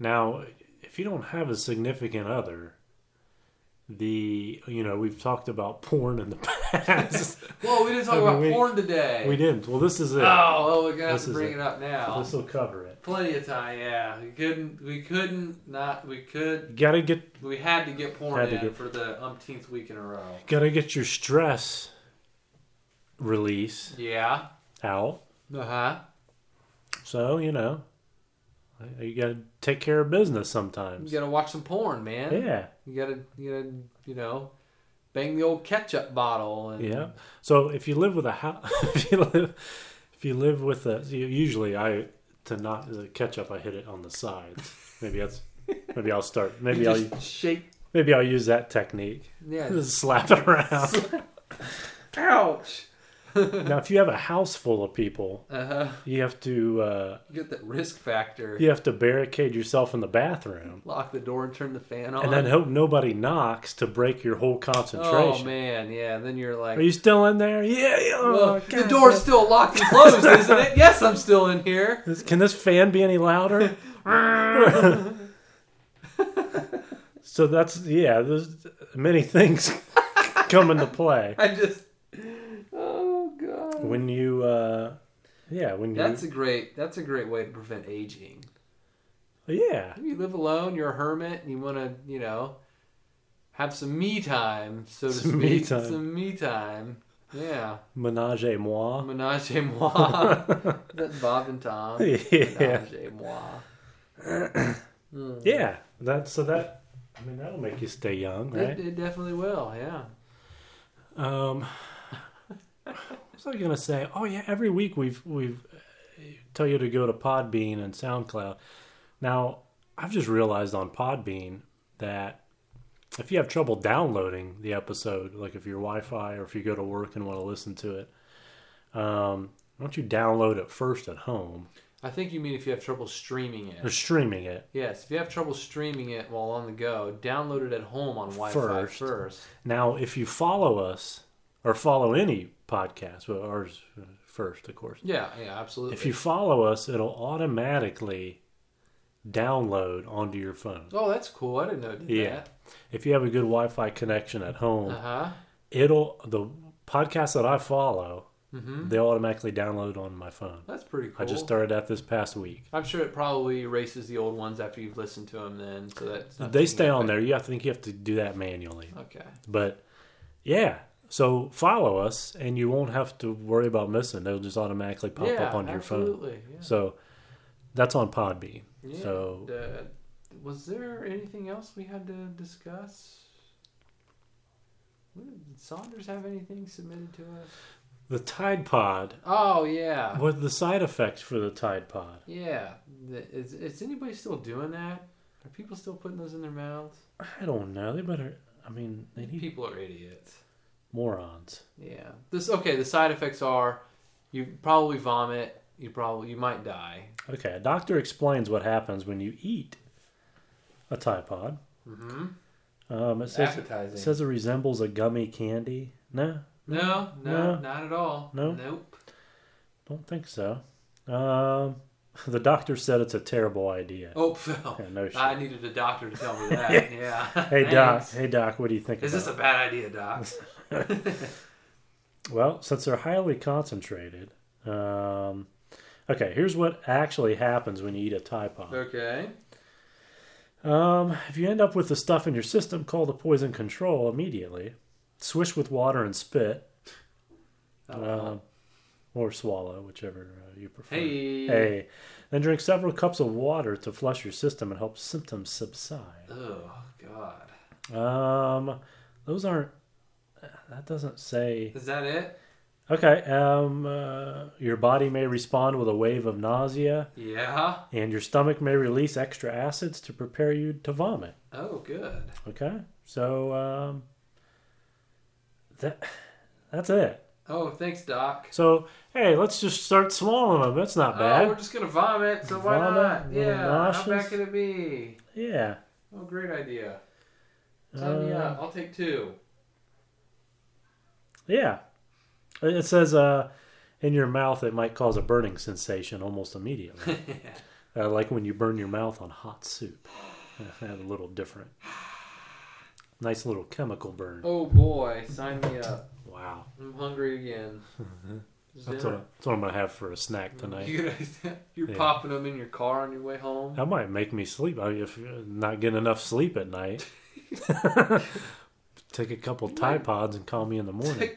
S1: now? If you don't have a significant other, the you know we've talked about <laughs> porn in the past.
S2: Whoa, we didn't
S1: <laughs>
S2: talk
S1: I mean,
S2: about
S1: we-
S2: porn today.
S1: we didn't. Well, this is
S2: Oh,
S1: it.
S2: well, we're gonna have
S1: This
S2: to
S1: is
S2: bring
S1: it.
S2: it. up now.
S1: This will cover it.
S2: Plenty of time. Yeah, we couldn't. We couldn't not. We could.
S1: You gotta get
S2: We had to get porn
S1: Had to
S2: in
S1: get-
S2: for the umpteenth week in a row.
S1: gotta get your stress release
S2: Yeah.
S1: out.
S2: Uh huh.
S1: So you know you gotta take care of business
S2: You
S1: sometimes.
S2: gotta watch some porn, man.
S1: Yeah,
S2: You gotta. You gotta. You know, bang the old ketchup bottle and.
S1: yeah. So if you live with a house, <laughs> if you live if you live with a you- usually I to not the ketchup I hit it on the sides. Maybe that's maybe I'll start maybe
S2: You
S1: I'll
S2: just shake.
S1: maybe I'll use that technique.
S2: Yeah.
S1: Just slap it around.
S2: Ouch.
S1: now if you have a house full of people,
S2: Uh huh.
S1: you have to uh,
S2: You get that risk factor.
S1: you have to barricade yourself in the bathroom.
S2: Lock the door and turn the fan on.
S1: And then hope nobody knocks to break your whole
S2: oh
S1: concentration.
S2: man, yeah. Then you're like,
S1: Are you still in there? Yeah. yeah. oh,
S2: well, the
S1: God.
S2: door's still locked and closed, isn't it? Yes, I'm still
S1: <laughs>
S2: in here.
S1: This- Can this fan be any louder? <laughs> so that's yeah. There's many things <laughs> come into play
S2: I just. Oh god.
S1: when you uh, yeah when you
S2: That's a great. That's a great way to prevent aging.
S1: yeah
S2: You live alone. You're a hermit, and you want to, you know, have some me time, so to
S1: Some
S2: speak.
S1: me time.
S2: Some me time.
S1: <laughs>
S2: Yeah.
S1: menage a moi. <laughs>
S2: Menage a moi. That's Bob and Tom.
S1: Yeah,
S2: Menage a moi.
S1: yeah. That so that I mean that'll make you stay young,
S2: It,
S1: right?
S2: it definitely will, yeah.
S1: Um, what was I gonna say? Oh yeah, every week we've we've uh, tell you to go to Podbean and SoundCloud. Now I've just realized on Podbean that if you have trouble downloading the episode, like if your Wi-Fi or if you go to work and want to listen to it, um, why don't you download it first at home
S2: I think you mean if you have trouble streaming
S1: or
S2: it.
S1: streaming it?
S2: Yes, if you have trouble streaming it while on the go, download it at home on Wi-Fi
S1: First.
S2: first.
S1: Now, if you follow us or follow any podcast, well, ours uh, first, of course.
S2: Yeah, yeah, absolutely.
S1: If you follow us, it'll automatically download onto your phone.
S2: oh, that's cool. I didn't know it did
S1: Yeah. If you have a good Wi-Fi connection at
S2: that. Uh-huh.
S1: home,
S2: Uh huh.
S1: it'll the podcasts that I follow
S2: Mm-hmm.
S1: They automatically download it on my phone.
S2: That's pretty cool.
S1: I just started that this past week.
S2: I'm sure it probably erases the old ones after you've listened to them. Then, so that's not
S1: they
S2: taking
S1: stay
S2: it
S1: on
S2: back.
S1: there. You have to think you have to do that manually.
S2: Okay.
S1: But yeah, so follow us, and you won't have to worry about missing. They'll just automatically pop
S2: yeah,
S1: up on your phone.
S2: absolutely. Yeah.
S1: So that's on Podbean.
S2: Yeah,
S1: So-
S2: and, uh, was there anything else we had to discuss? Did Saunders have anything submitted to us?
S1: The Tide Pod.
S2: Oh yeah,
S1: What are the side effects for the Tide Pod?
S2: yeah. The- Is, is anybody still doing that? Are people still putting those in their mouths?
S1: I don't know. They better. I mean, they need
S2: People are idiots.
S1: morons.
S2: Yeah. This okay. The side effects are, you probably vomit. You probably you might die.
S1: Okay, a doctor explains what happens when you eat a Tide Pod.
S2: Mm-hmm.
S1: Um, it says
S2: Appetizing.
S1: it says it resembles a gummy candy. No,
S2: no, no,
S1: No.
S2: not at all.
S1: No.
S2: Nope.
S1: don't think so. Um, <laughs> the doctor said it's a terrible idea.
S2: Oh, Phil.
S1: Yeah, no shit.
S2: I needed a doctor to tell me
S1: <laughs>
S2: that. yeah. <laughs>
S1: Hey Doc,
S2: Thanks.
S1: hey Doc, what do you think?
S2: Is this a
S1: about
S2: bad
S1: <laughs>
S2: idea, Doc? <laughs>
S1: it? Well, since they're highly concentrated, um, okay. Here's what actually happens when you eat a Tide Pod.
S2: okay.
S1: Um, if you end up with the stuff in your system, call the poison control immediately. Swish with water and spit,
S2: Oh,
S1: um, or swallow, whichever uh, you prefer.
S2: hey.
S1: Hey, then drink several cups of water to flush your system and help symptoms subside.
S2: Oh God.
S1: Um, those aren't. That doesn't say.
S2: Is that it?
S1: Okay. Um, uh, your body may respond with a wave of nausea,
S2: Yeah.
S1: and your stomach may release extra acids to prepare you to vomit.
S2: Oh, good.
S1: Okay. So um, that that's it.
S2: Oh, thanks, Doc.
S1: So hey, let's just start swallowing them. That's not
S2: Oh, we're
S1: bad.
S2: just gonna vomit. So why
S1: Vomit,
S2: not?
S1: little
S2: Yeah. How
S1: nauseous.
S2: bad could it be?
S1: Yeah.
S2: Oh, great idea. Sign me
S1: Uh,
S2: up. I'll take
S1: <laughs>
S2: two.
S1: Yeah. It it says uh, in your mouth it might cause a burning sensation almost immediately, uh, like when you burn your mouth on hot soup. <laughs> Uh, a little different. Nice little chemical burn.
S2: Oh boy, sign me up.
S1: Wow.
S2: I'm hungry
S1: <laughs>
S2: again.
S1: That's
S2: Dinner.
S1: what, that's what I'm going to have for a
S2: Mm.
S1: snack tonight.
S2: <laughs> You guys- You're
S1: Yeah.
S2: popping them in your car on your way home.
S1: That might make me sleep. I, if you're not getting enough sleep at
S2: <laughs>
S1: night, take a couple Tide Pods and call me in the morning.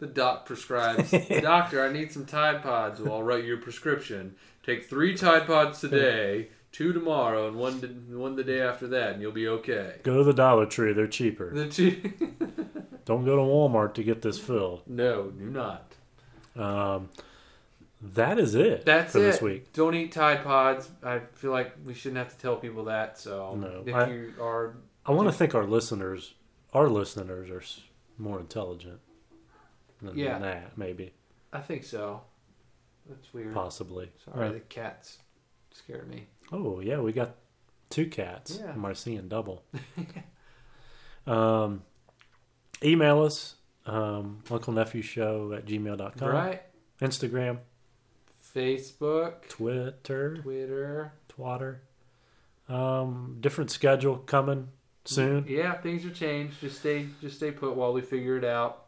S2: the doc prescribes. Doctor, I need some Tide Pods. Well, I'll write you a prescription. Take three Tide Pods today, two tomorrow, and one the- one the day after that, and you'll be okay.
S1: Go to the Dollar Tree, they're cheaper.
S2: The two- <laughs>
S1: Don't go to Walmart to get this filled.
S2: no, do not.
S1: Um, that is it
S2: That's
S1: for
S2: it.
S1: this week.
S2: Don't eat Tide Pods. I feel like we shouldn't have to tell people that. So
S1: No,
S2: if
S1: I-
S2: you are,
S1: I want to think our listeners, our listeners are s- more intelligent than
S2: Yeah.
S1: that, maybe,
S2: I think so. That's weird.
S1: possibly.
S2: Sorry,
S1: Uh,
S2: the cats scared me.
S1: oh yeah, we got two cats.
S2: Yeah.
S1: Am I seeing
S2: <laughs>
S1: double? um, email us, um, uncle nephew show at gmail.com.
S2: Right?
S1: Instagram,
S2: Facebook,
S1: Twitter,
S2: Twitter.
S1: Twatter. Um, different schedule coming soon.
S2: Yeah, things are changed. Just stay, just stay put while we figure it out.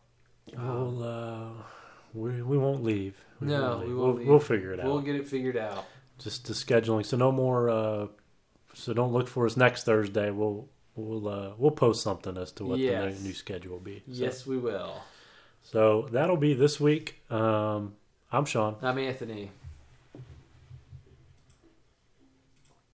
S2: Um,
S1: We'll, uh, we, we won't leave.
S2: No,
S1: leave.
S2: we won't
S1: We'll,
S2: leave.
S1: we'll figure it out.
S2: we'll get it figured out.
S1: just the scheduling. So no more. Uh, so don't look for us next Thursday. We'll we'll uh, we'll post something as to what the
S2: Yes.
S1: new, new schedule will be. So,
S2: Yes, we will.
S1: So that'll be this week. Um, I'm Sean.
S2: I'm Anthony.